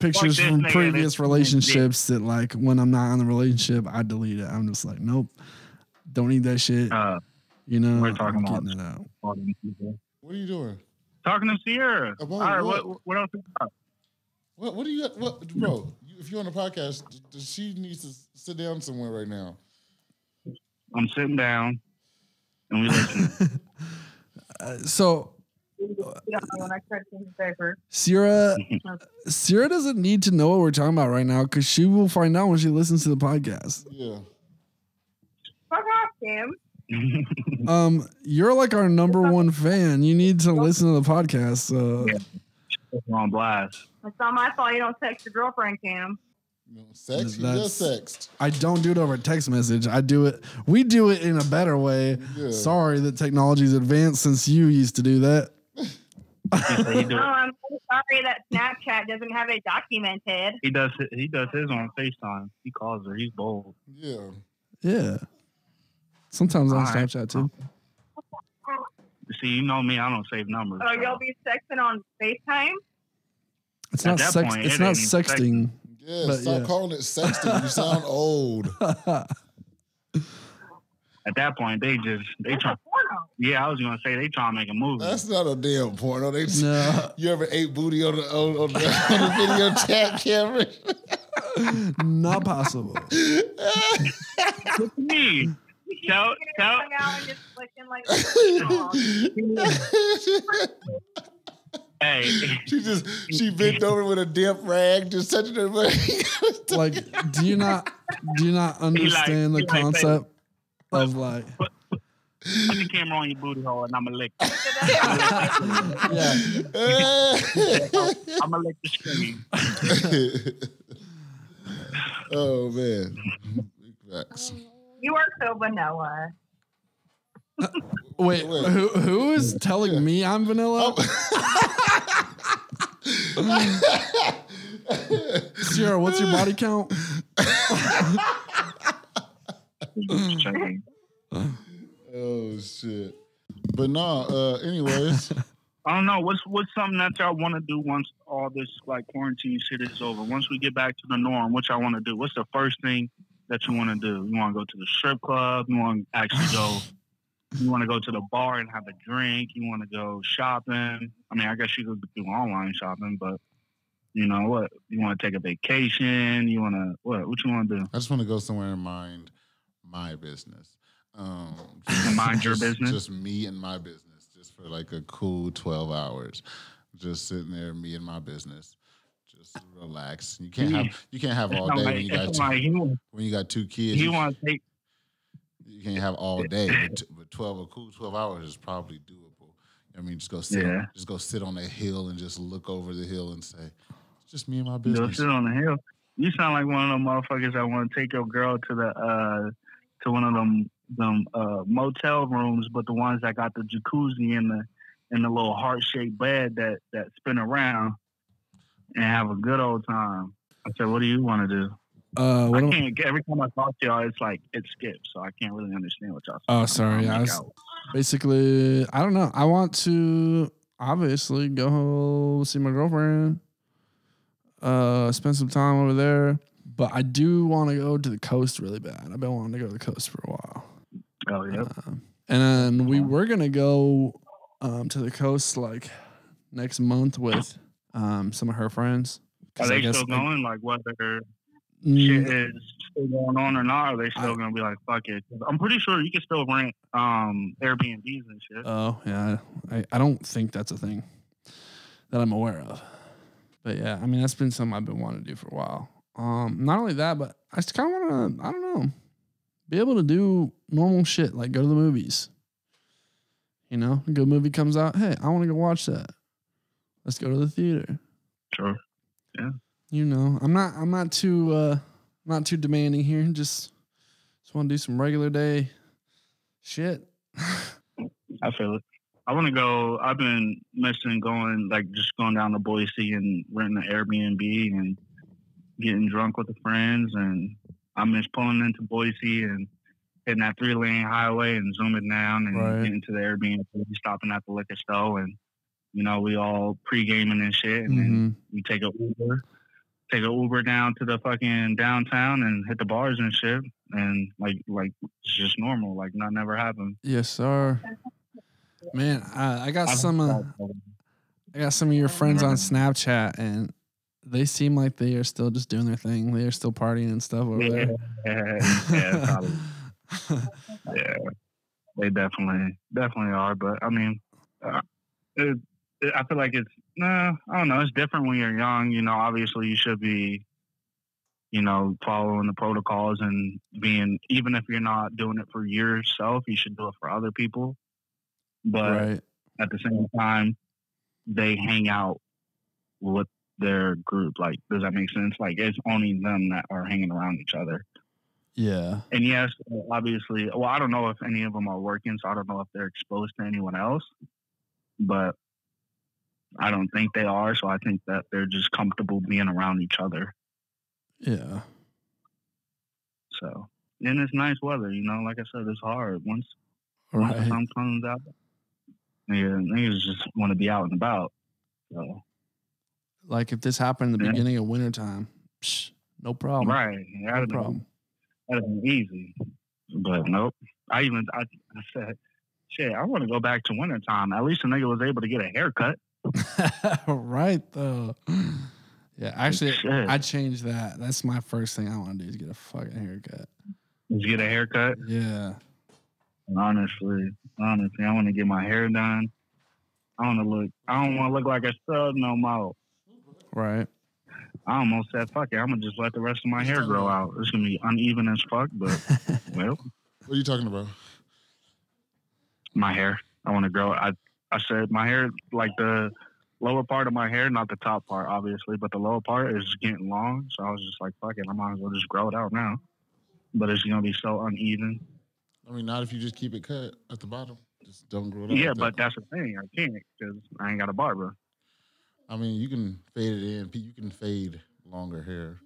[SPEAKER 2] pictures
[SPEAKER 5] this
[SPEAKER 2] from
[SPEAKER 5] nigga,
[SPEAKER 2] previous
[SPEAKER 5] this nigga.
[SPEAKER 2] relationships that, like, when I'm not in a relationship, I delete it. I'm just like, nope, don't need that shit.
[SPEAKER 5] Uh,
[SPEAKER 2] You know,
[SPEAKER 5] we're talking
[SPEAKER 2] I'm
[SPEAKER 5] about-
[SPEAKER 2] getting it out.
[SPEAKER 1] What are you doing?
[SPEAKER 5] talking to Sierra.
[SPEAKER 1] About
[SPEAKER 5] All right,
[SPEAKER 1] what?
[SPEAKER 5] what? What, else? we got?
[SPEAKER 1] What? What do you? What, bro? You, if you're on the podcast, d- d- she needs to s- sit down somewhere right now.
[SPEAKER 5] I'm sitting down, and we (laughs) listening.
[SPEAKER 2] (laughs) Uh, so
[SPEAKER 4] when I tried to change the diaper.
[SPEAKER 5] (laughs)
[SPEAKER 2] Sierra, Sierra doesn't need to know what we're talking about right now because she will find out when she listens to the
[SPEAKER 5] (laughs)
[SPEAKER 2] podcast.
[SPEAKER 1] Yeah.
[SPEAKER 4] Fuck off, Cam.
[SPEAKER 2] Um, you're like our number one fan. You need to listen to the podcast. So
[SPEAKER 5] We're on blast.
[SPEAKER 4] It's not my fault you don't text your girlfriend, Cam.
[SPEAKER 1] You know, sex. You just
[SPEAKER 2] That's-
[SPEAKER 1] sexed.
[SPEAKER 2] I don't do it over text message. I do it. We do it in a better way.
[SPEAKER 1] Yeah.
[SPEAKER 2] Sorry that technology's advanced since you used to do that.
[SPEAKER 5] He, said he,
[SPEAKER 4] Oh,
[SPEAKER 5] do,
[SPEAKER 4] I'm so sorry that Snapchat doesn't have it documented.
[SPEAKER 5] he does hi- he does his on Facetime. He calls her. He's bold.
[SPEAKER 1] Yeah.
[SPEAKER 2] Yeah. Sometimes on
[SPEAKER 5] All right.
[SPEAKER 2] Snapchat too.
[SPEAKER 5] See, you know me. I don't save numbers.
[SPEAKER 4] Oh, y'all be sexting on FaceTime?
[SPEAKER 2] It's
[SPEAKER 5] At
[SPEAKER 2] not
[SPEAKER 5] that
[SPEAKER 2] sex.
[SPEAKER 5] point,
[SPEAKER 2] it's
[SPEAKER 5] it
[SPEAKER 2] not
[SPEAKER 5] ain't
[SPEAKER 2] sexting.
[SPEAKER 5] even
[SPEAKER 1] Yeah.
[SPEAKER 2] But,
[SPEAKER 1] stop
[SPEAKER 2] yeah.
[SPEAKER 1] calling it sexting. You
[SPEAKER 2] (laughs)
[SPEAKER 1] sound old.
[SPEAKER 5] At that point, they just they try.
[SPEAKER 4] Porno.
[SPEAKER 5] Yeah, I was gonna say they try to make a movie.
[SPEAKER 1] That's not a damn porno. They
[SPEAKER 2] (laughs) No.
[SPEAKER 1] You ever ate booty on the on, on the, (laughs) on the video chat camera? (laughs)
[SPEAKER 5] (laughs)
[SPEAKER 2] not possible.
[SPEAKER 5] (laughs) me.
[SPEAKER 4] You
[SPEAKER 5] Shout-
[SPEAKER 4] just
[SPEAKER 5] shout-
[SPEAKER 4] hung out and just looking like oh,
[SPEAKER 5] Hey, (laughs)
[SPEAKER 1] she just she bent over with a damp rag, just touching her butt.
[SPEAKER 2] Like, do you not do you not understand the
[SPEAKER 5] he like, baby.
[SPEAKER 2] concept of like
[SPEAKER 5] put the camera on your booty hole and I'ma lick. it.
[SPEAKER 4] so that's how it
[SPEAKER 5] (laughs)
[SPEAKER 4] works.
[SPEAKER 2] yeah.
[SPEAKER 5] I'ma lick the screen.
[SPEAKER 1] (laughs) oh man. Big facts. (laughs)
[SPEAKER 4] you are so vanilla.
[SPEAKER 2] Wait,
[SPEAKER 1] Wait.
[SPEAKER 2] who who is telling me I'm vanilla? Sierra, what's your body count?
[SPEAKER 5] Just checking.
[SPEAKER 1] Oh shit. But no, uh anyways.
[SPEAKER 5] I don't know. What's what's something that y'all want to do once all this like quarantine shit is over? Once we get back to the norm, what y'all want to do? What's the first thing that you want to do? You want to go to the strip club? You want to actually go? You want to go to the bar and have a drink? You want to go shopping? I mean, I guess you could do online shopping, but you know what? You want to take a vacation? You want to what? What you want to do?
[SPEAKER 1] I just want to go somewhere and mind my business. Um,
[SPEAKER 5] (laughs) Mind your
[SPEAKER 1] just-
[SPEAKER 5] business?
[SPEAKER 1] Just me and my business, just for like a cool 12 hours. Just sitting there, me and my business. Just relax. You can't have you can't have all day when you got
[SPEAKER 5] it's
[SPEAKER 1] two,
[SPEAKER 5] like he, wa-
[SPEAKER 1] when you got two kids.
[SPEAKER 5] he
[SPEAKER 1] You,
[SPEAKER 5] want to take
[SPEAKER 1] you can't have all day, but, t- but 12 a cool 12 hours is probably doable. I mean, just go sit
[SPEAKER 5] Yeah.
[SPEAKER 1] on, just go sit on that hill and just look over the hill and say, "It's just me and my
[SPEAKER 5] Yo,
[SPEAKER 1] business."
[SPEAKER 5] sit on the hill. You sound like one of them motherfuckers that want to take your girl to the uh to one of them them uh motel rooms, but the ones that got the jacuzzi and the and the little heart shaped bed that that spin around and have a good old time. I said, what do you want to do?
[SPEAKER 2] Uh, what
[SPEAKER 5] I
[SPEAKER 2] am,
[SPEAKER 5] can't. Every time I talk to y'all, it's like it skips, so I can't really understand what y'all.
[SPEAKER 2] oh, sorry. I
[SPEAKER 5] I'm
[SPEAKER 2] was,
[SPEAKER 5] like, oh,
[SPEAKER 2] basically, I don't know. I want to obviously go see my girlfriend, uh, spend some time over there. But I do want to go to the coast really bad. I've been wanting to go to the coast for a while.
[SPEAKER 5] oh yeah.
[SPEAKER 2] Um, and then we were gonna go um, to the coast like next month with um, some of her friends.
[SPEAKER 5] Are
[SPEAKER 2] 'Cause I
[SPEAKER 5] they
[SPEAKER 2] guess-
[SPEAKER 5] still going? Like whether
[SPEAKER 2] Mm,
[SPEAKER 5] shit is still going on or not? Are they still gonna be like, fuck it? 'Cause I'm pretty sure you can still rent um Airbnbs and shit.
[SPEAKER 2] Oh yeah, I, I don't think that's a thing that I'm aware of. But yeah, I mean that's been something I've been wanting to do for a while. Um, not only that, but I just kind of want to I don't know be able to do normal shit like go to the movies. You know, a good movie comes out. Hey, I want to go watch that. Let's go to the theater.
[SPEAKER 5] Sure.
[SPEAKER 2] You know, I'm not I'm not too uh not too demanding here. Just just want to do some regular day shit.
[SPEAKER 5] I feel it. I want to go. I've been missing going, like just going down to Boise and renting an Airbnb and getting drunk with the friends. And I miss pulling into Boise and hitting that three lane highway and zooming down and
[SPEAKER 2] Right.
[SPEAKER 5] getting to the Airbnb, stopping at the liquor store. And, you know, we all pre gaming and shit. And then
[SPEAKER 2] Mhm.
[SPEAKER 5] you take a Uber, take a Uber down to the fucking downtown and hit the bars and shit. And like, like it's just normal. Like nothing ever happened.
[SPEAKER 2] Yes, sir. Man, I, I got
[SPEAKER 5] I've-
[SPEAKER 2] some. Uh, I got some of your friends on Snapchat, and they seem like they are still just doing their thing. They are still partying and stuff over
[SPEAKER 5] Yeah,
[SPEAKER 2] there. (laughs)
[SPEAKER 5] yeah, probably. Yeah, they definitely, definitely are. But I mean, uh, it, it, I feel like it's nah. I don't know. It's different when you're young. You know, obviously you should be, you know, following the protocols and being. Even if you're not doing it for yourself, you should do it for other people. But
[SPEAKER 2] right.
[SPEAKER 5] at the same time, they hang out with their group. Like, does that make sense? Like, it's only them that are hanging around each other.
[SPEAKER 2] Yeah.
[SPEAKER 5] And yes, obviously, well, I don't know if any of them are working, so I don't know if they're exposed to anyone else. But I don't think they are. So I think that they're just comfortable being around each other.
[SPEAKER 2] Yeah.
[SPEAKER 5] So and it's nice weather, you know. Like I said, it's hard once once the
[SPEAKER 2] Right.
[SPEAKER 5] sun comes out. Yeah, niggas just want to be out and about. So
[SPEAKER 2] Like if this happened in the
[SPEAKER 5] Yeah.
[SPEAKER 2] beginning of wintertime, psh, no problem.
[SPEAKER 5] right,
[SPEAKER 2] Oh, No
[SPEAKER 5] that'd be,
[SPEAKER 2] problem.
[SPEAKER 5] that'd be easy. But nope. I even I, I said, shit, I want to go back to wintertime. At least a nigga was able to get a haircut.
[SPEAKER 2] (laughs) right though. Yeah, actually,
[SPEAKER 5] Shit.
[SPEAKER 2] I changed that. That's my first thing I want to do is get a fucking haircut.
[SPEAKER 5] Just get a haircut.
[SPEAKER 2] Yeah.
[SPEAKER 5] Honestly, honestly, I want to get my hair done. I want to look. I don't want to look like a stud no more.
[SPEAKER 2] Right. (laughs)
[SPEAKER 5] I almost said, "Fuck it, I'm gonna just let the rest of my hair grow out. It's gonna be uneven as fuck, but well,
[SPEAKER 1] What are you talking about?
[SPEAKER 5] my hair. I want to grow. it. I I said my hair, like the lower part of my hair, not the top part, obviously, but the lower part is getting long. So I was just like, "Fuck it, I might as well just grow it out now." But it's gonna be so uneven.
[SPEAKER 1] I mean, not if you just keep it cut at the bottom. Just don't grow it out.
[SPEAKER 5] Yeah,
[SPEAKER 1] like
[SPEAKER 5] but
[SPEAKER 1] that.
[SPEAKER 5] that's the thing. I can't because I ain't got a barber.
[SPEAKER 1] I mean, you can fade it in. You can fade longer hair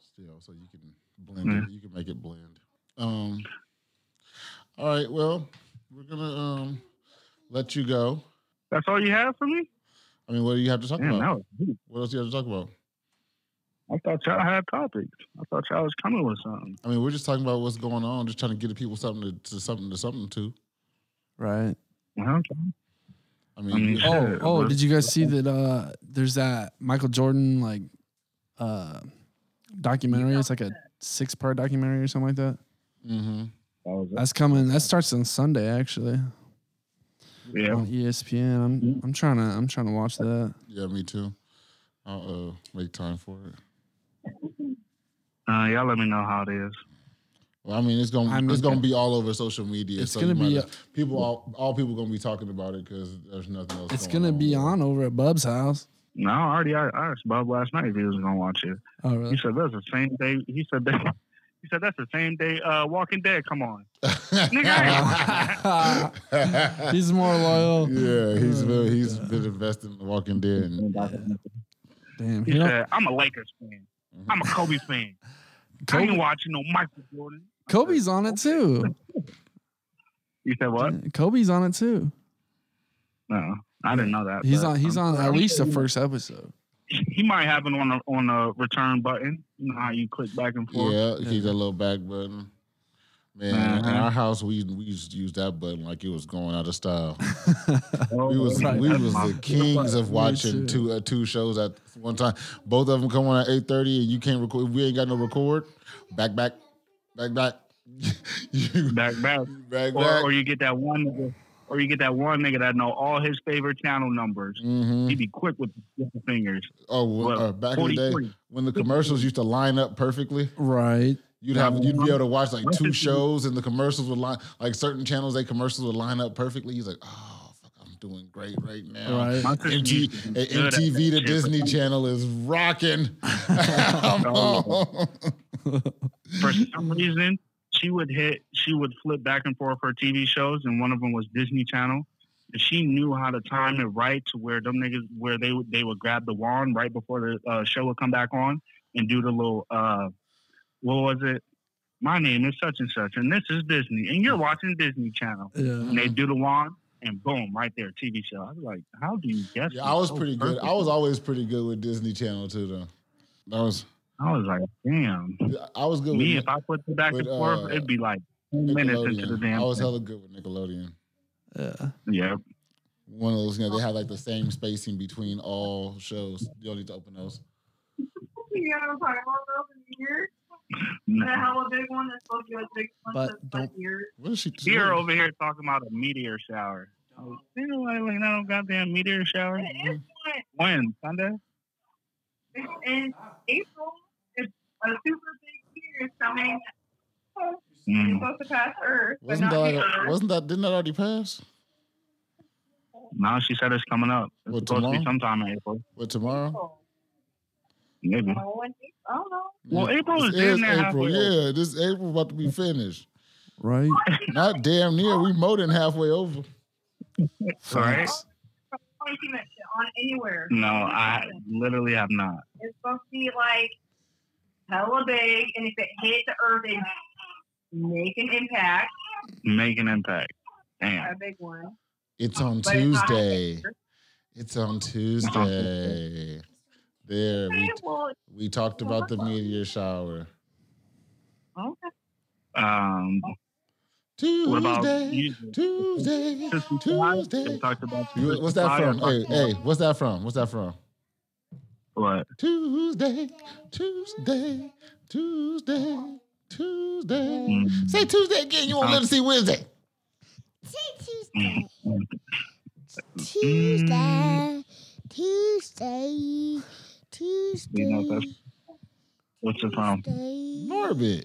[SPEAKER 1] still, so you can blend
[SPEAKER 5] Mm-hmm.
[SPEAKER 1] it. You can make it blend. Um. All right. Well, we're gonna um let you go.
[SPEAKER 5] That's all you have for me?
[SPEAKER 1] I mean, what do you have to talk
[SPEAKER 5] Damn,
[SPEAKER 1] about?
[SPEAKER 5] that was deep.
[SPEAKER 1] What else do you have to talk about?
[SPEAKER 5] I thought y'all had topics. I thought y'all was coming with something.
[SPEAKER 1] I mean, we're just talking about what's going on, just trying to get the people something to, to something to something to.
[SPEAKER 2] Right.
[SPEAKER 5] Well,
[SPEAKER 1] I mean,
[SPEAKER 5] I mean,
[SPEAKER 1] you-
[SPEAKER 5] shit.
[SPEAKER 1] (laughs)
[SPEAKER 2] Oh,
[SPEAKER 5] Yeah,
[SPEAKER 2] oh,
[SPEAKER 5] but-
[SPEAKER 2] did you guys see that uh there's that Michael Jordan like uh documentary? It's like a six part documentary or something like that.
[SPEAKER 1] mhm.
[SPEAKER 5] that was it.
[SPEAKER 2] That's coming that starts on Sunday actually.
[SPEAKER 5] Yeah.
[SPEAKER 2] On E ESPN. I'm
[SPEAKER 1] Mm-hmm.
[SPEAKER 2] I'm trying to I'm trying to watch that.
[SPEAKER 1] yeah, me too. I'll uh, make time for it.
[SPEAKER 5] Uh, y'all let me know how it is.
[SPEAKER 1] Well, I mean, it's gonna
[SPEAKER 2] I mean,
[SPEAKER 1] it's gonna be all over social media.
[SPEAKER 2] it's
[SPEAKER 1] so
[SPEAKER 2] gonna
[SPEAKER 1] you might
[SPEAKER 2] be uh,
[SPEAKER 1] as- people all all people gonna be talking about it because there's nothing else.
[SPEAKER 2] It's
[SPEAKER 1] going
[SPEAKER 2] gonna be on over at Bub's house.
[SPEAKER 5] No, I already I I asked Bob last night if he was gonna watch it.
[SPEAKER 2] Oh
[SPEAKER 1] (laughs)
[SPEAKER 5] He
[SPEAKER 2] really?
[SPEAKER 5] said that's the same day. He said that. (laughs) He said that's the same day. Uh, Walking Dead. Come on.
[SPEAKER 1] (laughs) Nigga.
[SPEAKER 2] (laughs) He's more loyal.
[SPEAKER 1] yeah, he's
[SPEAKER 2] Oh,
[SPEAKER 1] been, he's
[SPEAKER 2] God.
[SPEAKER 1] been investing in The Walking Dead. And,
[SPEAKER 2] Damn.
[SPEAKER 5] He
[SPEAKER 2] He don't,
[SPEAKER 5] said I'm a Lakers fan. I'm a Kobe fan. I ain't
[SPEAKER 2] Mm-hmm. Kobe,
[SPEAKER 5] watching no Michael Jordan.
[SPEAKER 2] Kobe's on it too.
[SPEAKER 5] You said what?
[SPEAKER 2] Kobe's on it too.
[SPEAKER 5] No, I didn't know that.
[SPEAKER 2] He's
[SPEAKER 5] but
[SPEAKER 2] on he's
[SPEAKER 5] I'm-
[SPEAKER 2] on at least the first
[SPEAKER 1] (laughs)
[SPEAKER 2] episode. (laughs)
[SPEAKER 5] He might have it on a, on a return button. You know how you click back and forth.
[SPEAKER 1] yeah, keep that little back button. Man, in
[SPEAKER 5] Uh-huh.
[SPEAKER 1] our house, we we used to use that button like it was going out of style.
[SPEAKER 5] Oh,
[SPEAKER 1] We was
[SPEAKER 5] right.
[SPEAKER 1] we
[SPEAKER 5] (laughs) That's
[SPEAKER 1] was
[SPEAKER 5] my-
[SPEAKER 1] the kings of watching
[SPEAKER 2] too.
[SPEAKER 1] two uh, two shows at one time. Both of them come on at eight thirty, and you can't record. We ain't got no record. Back back back back. (laughs) you,
[SPEAKER 5] back back.
[SPEAKER 1] back
[SPEAKER 5] Or,
[SPEAKER 1] back.
[SPEAKER 5] or you get that one nigga, or you get that one nigga that know all his favorite channel numbers.
[SPEAKER 1] hmm
[SPEAKER 2] Mm-hmm.
[SPEAKER 5] He be quick with the fingers.
[SPEAKER 1] Oh, well, uh, back in the day
[SPEAKER 5] 43.
[SPEAKER 1] when the commercials used to line up perfectly,
[SPEAKER 2] Right.
[SPEAKER 1] you'd have you'd
[SPEAKER 5] Uh-huh.
[SPEAKER 1] be able to watch like two
[SPEAKER 5] 150.
[SPEAKER 1] shows, and the commercials would line like certain channels. They commercials would line up perfectly. He's like, oh, fuck, I'm doing great right now.
[SPEAKER 2] Right.
[SPEAKER 5] My sister
[SPEAKER 1] MT,
[SPEAKER 5] used to be good
[SPEAKER 1] MTV
[SPEAKER 5] at
[SPEAKER 1] to
[SPEAKER 5] that shit,
[SPEAKER 1] Disney
[SPEAKER 5] but
[SPEAKER 1] Channel is (laughs)
[SPEAKER 5] (laughs)
[SPEAKER 1] rocking. I'm on.
[SPEAKER 5] For some reason, she would hit. She would flip back and forth her TV shows, and one of them was Disney Channel. And she knew how to time it right to where them niggas where they would they would grab the wand right before the uh, show would come back on and do the little uh, what was it? My name is such and such, and this is Disney, and you're watching Disney Channel.
[SPEAKER 2] Yeah.
[SPEAKER 1] Mm-hmm.
[SPEAKER 5] And they do the wand, and boom, right there, TV show. I was like, how do you guess?
[SPEAKER 1] Yeah, I was
[SPEAKER 5] so
[SPEAKER 1] pretty good. I
[SPEAKER 5] perfectly?
[SPEAKER 1] was always pretty good with Disney Channel too, though. That was
[SPEAKER 5] I was like, damn.
[SPEAKER 1] I was good
[SPEAKER 5] Me,
[SPEAKER 1] with
[SPEAKER 5] if I put it back
[SPEAKER 1] with,
[SPEAKER 5] and forth,
[SPEAKER 1] uh,
[SPEAKER 5] it'd be like ten minutes into the
[SPEAKER 1] Nickelodeon.
[SPEAKER 5] damn.
[SPEAKER 1] I was
[SPEAKER 5] thing.
[SPEAKER 1] hella good with Nickelodeon.
[SPEAKER 2] Yeah.
[SPEAKER 5] yeah,
[SPEAKER 1] One of those, you know, they had like the same spacing between all shows. You don't need to open those.
[SPEAKER 4] You got a fireball over here. The
[SPEAKER 5] no.
[SPEAKER 4] hella big one that's supposed to be a big one
[SPEAKER 2] But
[SPEAKER 4] that's like
[SPEAKER 2] don't-
[SPEAKER 4] here.
[SPEAKER 1] What is she?
[SPEAKER 5] (laughs) You're over here talking about a meteor shower. I was Ain't nobody looking at no goddamn meteor shower.
[SPEAKER 4] It is one.
[SPEAKER 5] When Sunday?
[SPEAKER 4] It's in April. It's a super big year coming. It's
[SPEAKER 5] Mm,
[SPEAKER 4] supposed to pass Earth. but
[SPEAKER 1] Wasn't that
[SPEAKER 4] not
[SPEAKER 1] like
[SPEAKER 4] hit
[SPEAKER 1] a,
[SPEAKER 4] Earth.
[SPEAKER 1] wasn't that didn't that already pass?
[SPEAKER 5] now she said it's coming up. It's
[SPEAKER 1] What,
[SPEAKER 5] supposed to
[SPEAKER 1] tomorrow?
[SPEAKER 5] be sometime in April,
[SPEAKER 1] What tomorrow?
[SPEAKER 5] maybe.
[SPEAKER 4] Oh, I think- I don't know.
[SPEAKER 5] Well, April
[SPEAKER 1] This
[SPEAKER 5] is damn near
[SPEAKER 1] April.
[SPEAKER 5] halfway.
[SPEAKER 1] Yeah, this April about to be finished.
[SPEAKER 2] Right.
[SPEAKER 1] Not damn near. We more than halfway over.
[SPEAKER 5] All right.
[SPEAKER 2] Facts.
[SPEAKER 4] I've seen that shit on anywhere.
[SPEAKER 5] No, I literally have not.
[SPEAKER 4] It's supposed to be like hella big, and if it hit the earth, it make an impact,
[SPEAKER 5] Make an impact. Damn.
[SPEAKER 4] a big one.
[SPEAKER 1] It's on
[SPEAKER 4] But it's not-
[SPEAKER 1] Tuesday. It's on Tuesday. There, we,
[SPEAKER 4] Okay, well,
[SPEAKER 1] we talked about the meteor shower.
[SPEAKER 4] okay.
[SPEAKER 5] Um,
[SPEAKER 1] Tuesday,
[SPEAKER 5] what about you?
[SPEAKER 1] Tuesday,
[SPEAKER 5] Sister Wives?
[SPEAKER 1] Tuesday.
[SPEAKER 5] They talked about
[SPEAKER 1] You- What's that
[SPEAKER 5] Sister
[SPEAKER 1] from? Hey, hey,
[SPEAKER 5] Wives.
[SPEAKER 1] what's that from? What's that from?
[SPEAKER 5] What?
[SPEAKER 1] Tuesday, Tuesday, Tuesday, Tuesday.
[SPEAKER 5] Mm,
[SPEAKER 1] Say Tuesday again. You won't let us see Wednesday.
[SPEAKER 3] Say
[SPEAKER 5] mm,
[SPEAKER 3] Tuesday.
[SPEAKER 5] mm. Mm-hmm.
[SPEAKER 3] Tuesday. Tuesday. Tuesday.
[SPEAKER 5] You know, that's- What's the song?
[SPEAKER 3] Tuesday.
[SPEAKER 1] (laughs) Norbit.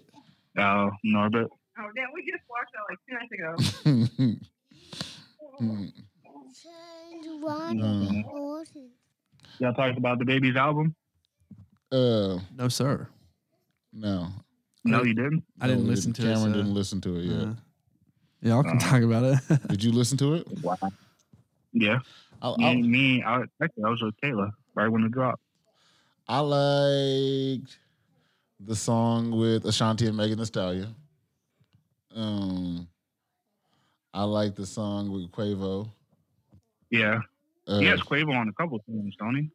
[SPEAKER 5] Oh, Norbert.
[SPEAKER 4] Oh, yeah, we just watched that like two nights ago.
[SPEAKER 1] Mm,
[SPEAKER 3] Turned one
[SPEAKER 1] no.
[SPEAKER 3] golden.
[SPEAKER 5] Y'all talked about the baby's album?
[SPEAKER 1] Uh,
[SPEAKER 2] No, sir.
[SPEAKER 1] no.
[SPEAKER 5] No, you didn't.
[SPEAKER 2] I didn't
[SPEAKER 1] No,
[SPEAKER 2] listen to it,
[SPEAKER 1] Cameron
[SPEAKER 2] so-
[SPEAKER 1] didn't listen to it yet. Uh,
[SPEAKER 2] Uh, y'all can
[SPEAKER 5] Oh.
[SPEAKER 2] talk about it.
[SPEAKER 1] Did you listen to it?
[SPEAKER 5] Wow. Yeah.
[SPEAKER 1] I,
[SPEAKER 5] Me,
[SPEAKER 1] I,
[SPEAKER 5] me I, actually, I was with Kayla right when it dropped.
[SPEAKER 1] I liked the song with Ashanti and Megan Thee Stallion. Um, I like the song with Quavo.
[SPEAKER 5] Yeah.
[SPEAKER 1] Uh,
[SPEAKER 5] he has Quavo on a couple things, don't he?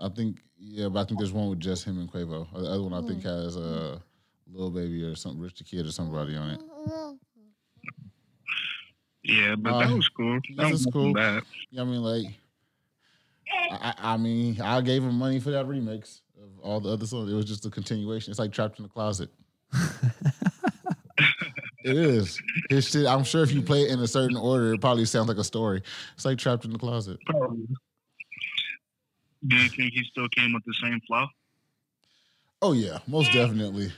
[SPEAKER 1] I think yeah, but I think there's one with just him and Quavo. The other one I think has uh, Lil Baby or some Rich the Kid or somebody on it.
[SPEAKER 5] Yeah, but
[SPEAKER 1] Uh,
[SPEAKER 5] that was cool. That
[SPEAKER 1] this
[SPEAKER 5] was
[SPEAKER 1] is cool.
[SPEAKER 5] Bad.
[SPEAKER 1] Yeah, I mean like, I, I I mean I gave him money for that remix of all the other songs. It was just a continuation. It's like trapped in the closet. it is. His shit. I'm sure if you play it in a certain order, it probably sounds like a story. It's like trapped in the closet.
[SPEAKER 5] Do you think he still came with the same flow?
[SPEAKER 1] Oh yeah, most definitely.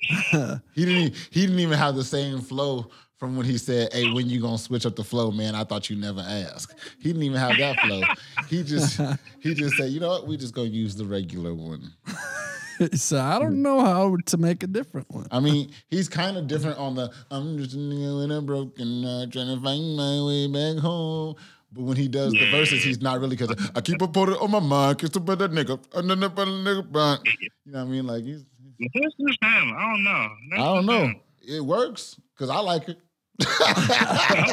[SPEAKER 1] He didn't. e, He didn't even have the same flow from when he said, "Hey, when you gonna switch up the flow, man? I thought you never asked." He didn't even have that flow. He just. He just said, "You know what? We just gonna use the regular one."
[SPEAKER 2] (laughs) so I don't know how to make a different one. (laughs)
[SPEAKER 1] I mean, he's kind of different on the "I'm just a nigga with a broken heart trying to find my way back home." But when he does the verses, he's not really because I keep a put it on my mind, kiss a better nigga, another better nigga, but you know what I mean? Like he's,
[SPEAKER 5] This is him. I don't know. That's
[SPEAKER 1] I don't
[SPEAKER 5] just
[SPEAKER 1] know,
[SPEAKER 5] him.
[SPEAKER 1] it works because I like it.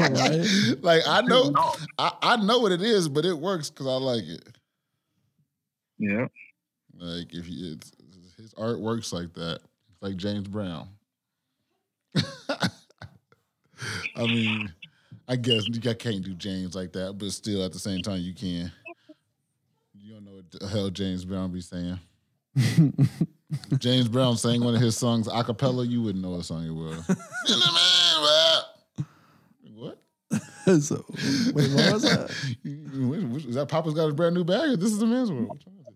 [SPEAKER 2] Right?
[SPEAKER 1] (laughs) Like I know,
[SPEAKER 5] No.
[SPEAKER 1] I, I know what it is, but it works because I like it.
[SPEAKER 5] Yeah.
[SPEAKER 1] Like if he, it's, his art works like that, like James Brown. (laughs) I mean, I guess you ca- can't do James like that, but still at the same time you can. You don't know what the hell James Brown be saying. If James Brown sang one of his songs a cappella, you wouldn't know what song it was. (laughs) You know what I mean? What?
[SPEAKER 2] so, wait, what
[SPEAKER 1] (laughs)
[SPEAKER 2] was that?
[SPEAKER 1] Which- which- is that Papa's got a brand new bag? Or this is the man's world. Which one is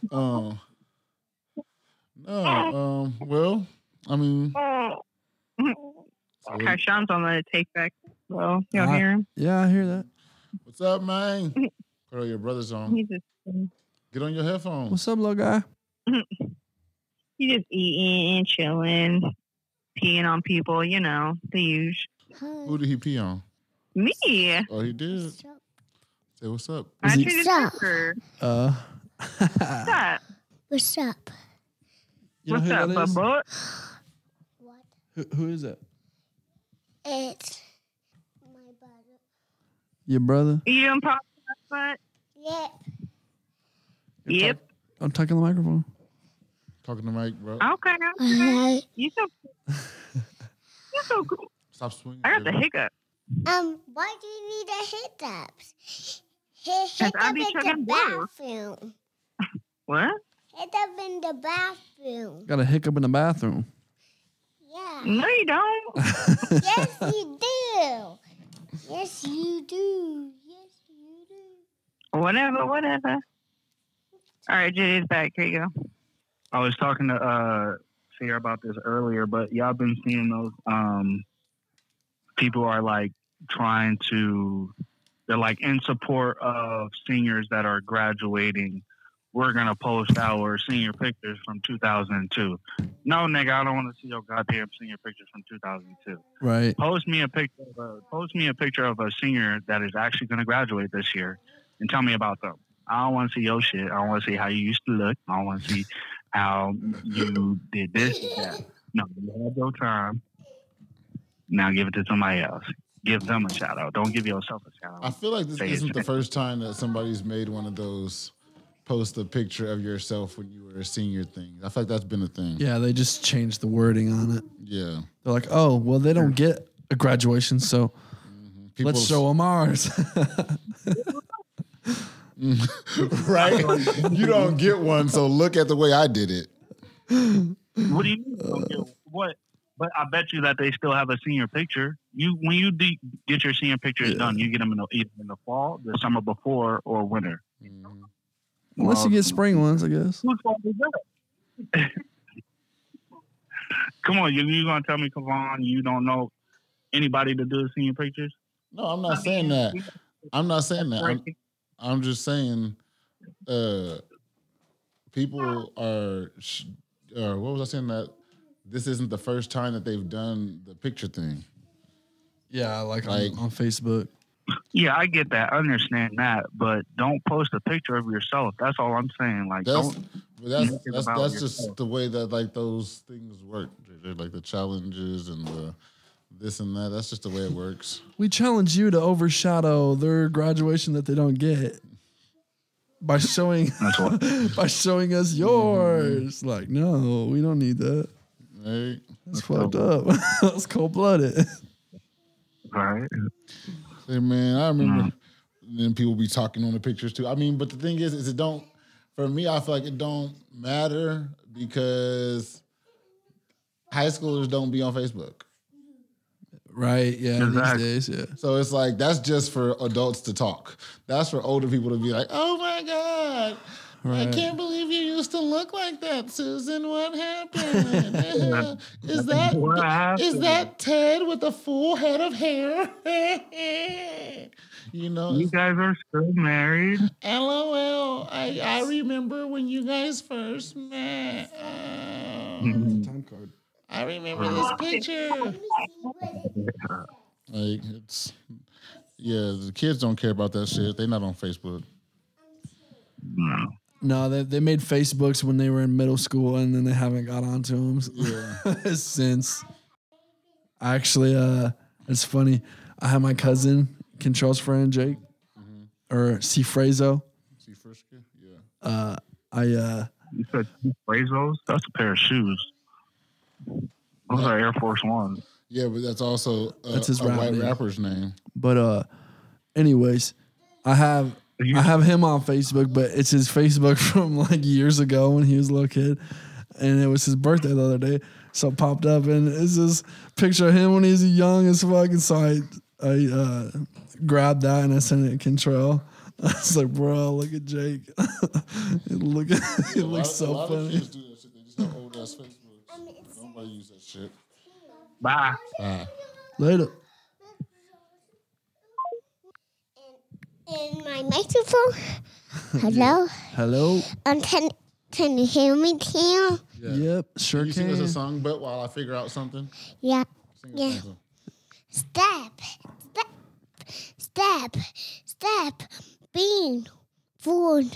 [SPEAKER 1] it? Um, no. Um, well, I mean,
[SPEAKER 4] Oh.
[SPEAKER 2] (laughs)
[SPEAKER 1] so
[SPEAKER 4] Okay, Sean's on the take back. Well, y'all
[SPEAKER 2] Uh,
[SPEAKER 4] hear him?
[SPEAKER 2] Yeah, I hear that.
[SPEAKER 1] what's up, man? Put on your brother's on.
[SPEAKER 4] He's just
[SPEAKER 1] Get on your headphones.
[SPEAKER 2] What's up, little guy?
[SPEAKER 4] he's just eating, chilling, peeing on people. You know the use.
[SPEAKER 1] Who did he pee on?
[SPEAKER 4] Me,
[SPEAKER 1] Oh, he did. Say what's up.
[SPEAKER 4] I
[SPEAKER 2] he-
[SPEAKER 4] treated
[SPEAKER 3] Stop.
[SPEAKER 4] her.
[SPEAKER 2] Uh, (laughs)
[SPEAKER 4] What's up?
[SPEAKER 3] What's up?
[SPEAKER 2] you know
[SPEAKER 4] What's
[SPEAKER 2] who
[SPEAKER 4] up,
[SPEAKER 2] that is?
[SPEAKER 4] Bubba?
[SPEAKER 3] What?
[SPEAKER 2] Who, who is that?
[SPEAKER 3] It's my brother.
[SPEAKER 2] Your brother?
[SPEAKER 4] You done popped that
[SPEAKER 3] Yep.
[SPEAKER 4] butt? Yep.
[SPEAKER 2] I'm talking the microphone.
[SPEAKER 1] Talking to Mike, bro.
[SPEAKER 4] Okay. okay.
[SPEAKER 1] Uh-huh.
[SPEAKER 3] Alright.
[SPEAKER 4] You so. You so cool.
[SPEAKER 1] Stop swinging.
[SPEAKER 4] I got the
[SPEAKER 1] baby.
[SPEAKER 4] hiccup.
[SPEAKER 3] Um, why do you need a hiccups? Hit
[SPEAKER 4] Cause
[SPEAKER 3] hiccup
[SPEAKER 4] I
[SPEAKER 3] in
[SPEAKER 4] be
[SPEAKER 3] the
[SPEAKER 4] chugging water.
[SPEAKER 3] bathroom.
[SPEAKER 4] What?
[SPEAKER 3] Hiccup in the bathroom.
[SPEAKER 2] Got a hiccup in the bathroom.
[SPEAKER 1] Mm.
[SPEAKER 3] Yeah.
[SPEAKER 4] No, you don't.
[SPEAKER 3] yes, you do. Yes, you do. Yes, you do.
[SPEAKER 4] Whatever. Whatever. All right, Judy's back. Here you go.
[SPEAKER 5] I was talking to uh Sierra about this earlier, but y'all been seeing those um people are like trying to they're like in support of seniors that are graduating. We're gonna post our senior pictures from 2002. No, nigga, I don't want to see your goddamn senior pictures from 2002.
[SPEAKER 2] (laughs) Right.
[SPEAKER 5] Post me a picture. Of a, post me a picture of a senior that is actually gonna graduate this year, and tell me about them. I don't want to see your shit. I don't want to see how you used to look. I don't want to see how you did this. and that. No, you had your time. Now give it to somebody else. Give them a shout out. Don't give yourself a shout
[SPEAKER 1] I
[SPEAKER 5] out.
[SPEAKER 1] feel like this
[SPEAKER 5] Say it,
[SPEAKER 1] isn't the
[SPEAKER 5] Jack.
[SPEAKER 1] first time that somebody's made one of those post a picture of yourself when you were a senior thing. I feel like that's been a thing.
[SPEAKER 2] Yeah, they just changed the wording on it.
[SPEAKER 1] Yeah.
[SPEAKER 2] They're like, oh, well, they don't get a graduation, so
[SPEAKER 1] Mm-hmm. People
[SPEAKER 2] let's show them ours. (laughs)
[SPEAKER 1] (laughs) right? you don't get one, so look at the way I did it.
[SPEAKER 2] (laughs)
[SPEAKER 5] What do you mean? don't give- what? But I bet you that they still have a senior picture. You when you de- get your senior pictures
[SPEAKER 2] Yeah.
[SPEAKER 5] done, you get them in the, either in the fall, the summer before, or winter.
[SPEAKER 1] Mm-hmm.
[SPEAKER 2] Unless you
[SPEAKER 5] Well,
[SPEAKER 2] get spring ones, I guess.
[SPEAKER 5] Who's gonna do that? (laughs) Come on, you you gonna tell me, Kavon, you don't know anybody to do senior pictures?
[SPEAKER 1] No, I'm not saying that. I'm not saying that. I'm, I'm just saying uh people are sh- or what was I saying that this isn't the first time that they've done the picture thing.
[SPEAKER 2] Yeah, like,
[SPEAKER 1] Like-
[SPEAKER 2] on, on Facebook.
[SPEAKER 5] Yeah, I get that. I understand that, but don't post a picture of yourself. That's all I'm saying. Like,
[SPEAKER 1] That's
[SPEAKER 5] don't.
[SPEAKER 1] but that's
[SPEAKER 5] Make it
[SPEAKER 1] that's,
[SPEAKER 5] about
[SPEAKER 1] that's just
[SPEAKER 5] yourself.
[SPEAKER 1] the way that like those things work. They're like the challenges and the this and that. That's just the way it works.
[SPEAKER 2] We challenge you to overshadow their graduation that they don't get by showing
[SPEAKER 5] That's
[SPEAKER 2] (laughs)
[SPEAKER 5] what.
[SPEAKER 2] by showing us yours. Like, no, we don't need that.
[SPEAKER 1] Right?
[SPEAKER 2] That's fucked up. (laughs) That's cold blooded.
[SPEAKER 5] Right.
[SPEAKER 1] Hey, man, I remember
[SPEAKER 5] Mm.
[SPEAKER 1] then people be talking on the pictures too. I mean, but the thing is, is it don't for me, I feel like it don't matter because high schoolers don't be on Facebook.
[SPEAKER 2] Right? Yeah.
[SPEAKER 5] Exactly.
[SPEAKER 2] These days, yeah.
[SPEAKER 1] So it's like that's just for adults to talk. That's for older people to be like, "Oh my god, I
[SPEAKER 2] Right.
[SPEAKER 1] can't believe you used to look like that, Susan. What
[SPEAKER 5] (laughs)
[SPEAKER 1] happened? is
[SPEAKER 5] What
[SPEAKER 1] that
[SPEAKER 5] happened?
[SPEAKER 1] is that Ted with a full head of hair? (laughs) you know,
[SPEAKER 5] You
[SPEAKER 1] it's,
[SPEAKER 5] guys are still married.
[SPEAKER 1] LOL. I I remember when you guys first met. Oh,
[SPEAKER 5] Mm-hmm.
[SPEAKER 2] Time card.
[SPEAKER 1] I remember this picture. Like it's yeah, the kids don't care about that shit. They're not on Facebook.
[SPEAKER 5] No.
[SPEAKER 2] No, they, they made Facebooks when they were in middle school and then they haven't got onto them (laughs) since. Actually, uh, it's funny. I had my cousin, Control's friend Jake, or C. Frazo.
[SPEAKER 1] See Frischka? Yeah.
[SPEAKER 2] Uh, I uh,
[SPEAKER 5] You said Brazos? That's a pair of shoes. Those are Air Force Ones.
[SPEAKER 1] Yeah, but that's also a,
[SPEAKER 2] That's his
[SPEAKER 1] a
[SPEAKER 2] rap
[SPEAKER 1] white
[SPEAKER 2] name.
[SPEAKER 1] rapper's name.
[SPEAKER 2] but uh, anyways, I have
[SPEAKER 5] You-
[SPEAKER 2] I have him on Facebook, but it's his Facebook (laughs) from like years ago when he was a little kid. And it was his birthday the other day. So it popped up and it's this picture of him when he's young as fuck. And so I, I uh, grabbed that and I sent it to Control. (laughs) I was like, bro, look at Jake. (laughs) it, look, (laughs) it looks so funny.
[SPEAKER 1] do that shit. They just have old ass Facebooks.
[SPEAKER 3] Um, it's
[SPEAKER 1] Nobody use that shit.
[SPEAKER 5] Bye.
[SPEAKER 2] Later.
[SPEAKER 3] in my microphone. Hello?
[SPEAKER 2] Hello.
[SPEAKER 3] Um, can, can you hear me, Tim?
[SPEAKER 1] Yeah.
[SPEAKER 2] Yep. Sure
[SPEAKER 1] Can you sing us a
[SPEAKER 2] can.
[SPEAKER 1] song, but while I figure out something,
[SPEAKER 3] Yeah.
[SPEAKER 1] sing us
[SPEAKER 3] Yeah.
[SPEAKER 1] something.
[SPEAKER 3] Step, step, step, step, bean, forward,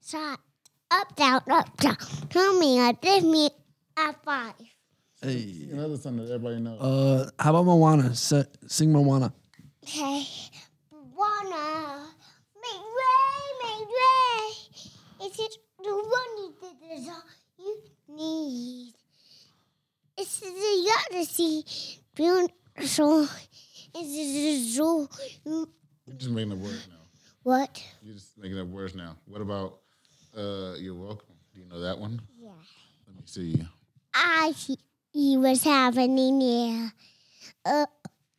[SPEAKER 3] side, up, down, up, down. Tell me, I give me a five.
[SPEAKER 2] Hey.
[SPEAKER 1] Another song that everybody knows.
[SPEAKER 2] Uh, how about Moana? Se- sing Moana.
[SPEAKER 3] Okay. Wanna make way, make way. It's it the one that is all you need. It's the odyssey, beautiful. It's the zoo.
[SPEAKER 1] You're just making up words now.
[SPEAKER 3] What?
[SPEAKER 1] You're just making up words now. What about uh, You're Welcome? Do you know that one?
[SPEAKER 3] Yeah.
[SPEAKER 1] Let me see.
[SPEAKER 3] I he was happening here. Uh,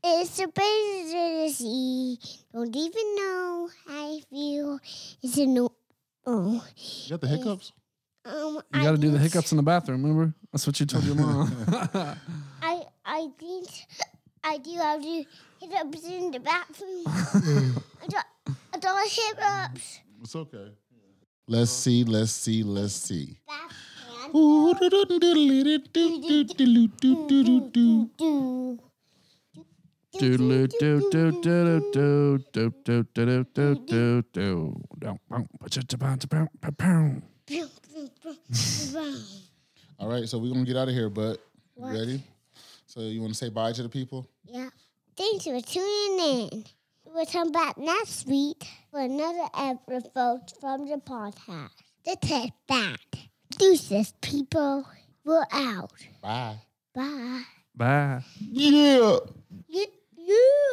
[SPEAKER 3] it's a pleasure to see. Don't even know how I feel. It's a no. Oh,
[SPEAKER 1] You got the hiccups?
[SPEAKER 3] um,
[SPEAKER 2] You
[SPEAKER 3] I
[SPEAKER 2] got to do the
[SPEAKER 3] think-
[SPEAKER 2] hiccups in the bathroom, remember? That's what you told
[SPEAKER 1] (laughs)
[SPEAKER 2] your mom. (laughs)
[SPEAKER 3] I I think I do have to hiccups in the bathroom. I don't, I don't hiccups.
[SPEAKER 1] It's okay. Let's see, let's see, let's see.
[SPEAKER 3] Backhand.
[SPEAKER 1] Ooh-doo-doo-doo-doo-doo-doo-doo-doo-doo-doo-doo-doo.
[SPEAKER 3] Do do
[SPEAKER 2] Doodle
[SPEAKER 3] do
[SPEAKER 2] do do do do do do do do do do do. Don't bump, but it's about to bump, bump, bump.
[SPEAKER 1] All right, so we're gonna get out of here, but you
[SPEAKER 3] What?
[SPEAKER 1] ready? So you wanna say bye to the people?
[SPEAKER 3] Yeah. Thanks for tuning in. We'll come back next week for another episode from the podcast. The Test Back. Deuces, people. We're out.
[SPEAKER 1] Bye.
[SPEAKER 3] Bye.
[SPEAKER 2] Bye.
[SPEAKER 1] Yeah.
[SPEAKER 3] You, you.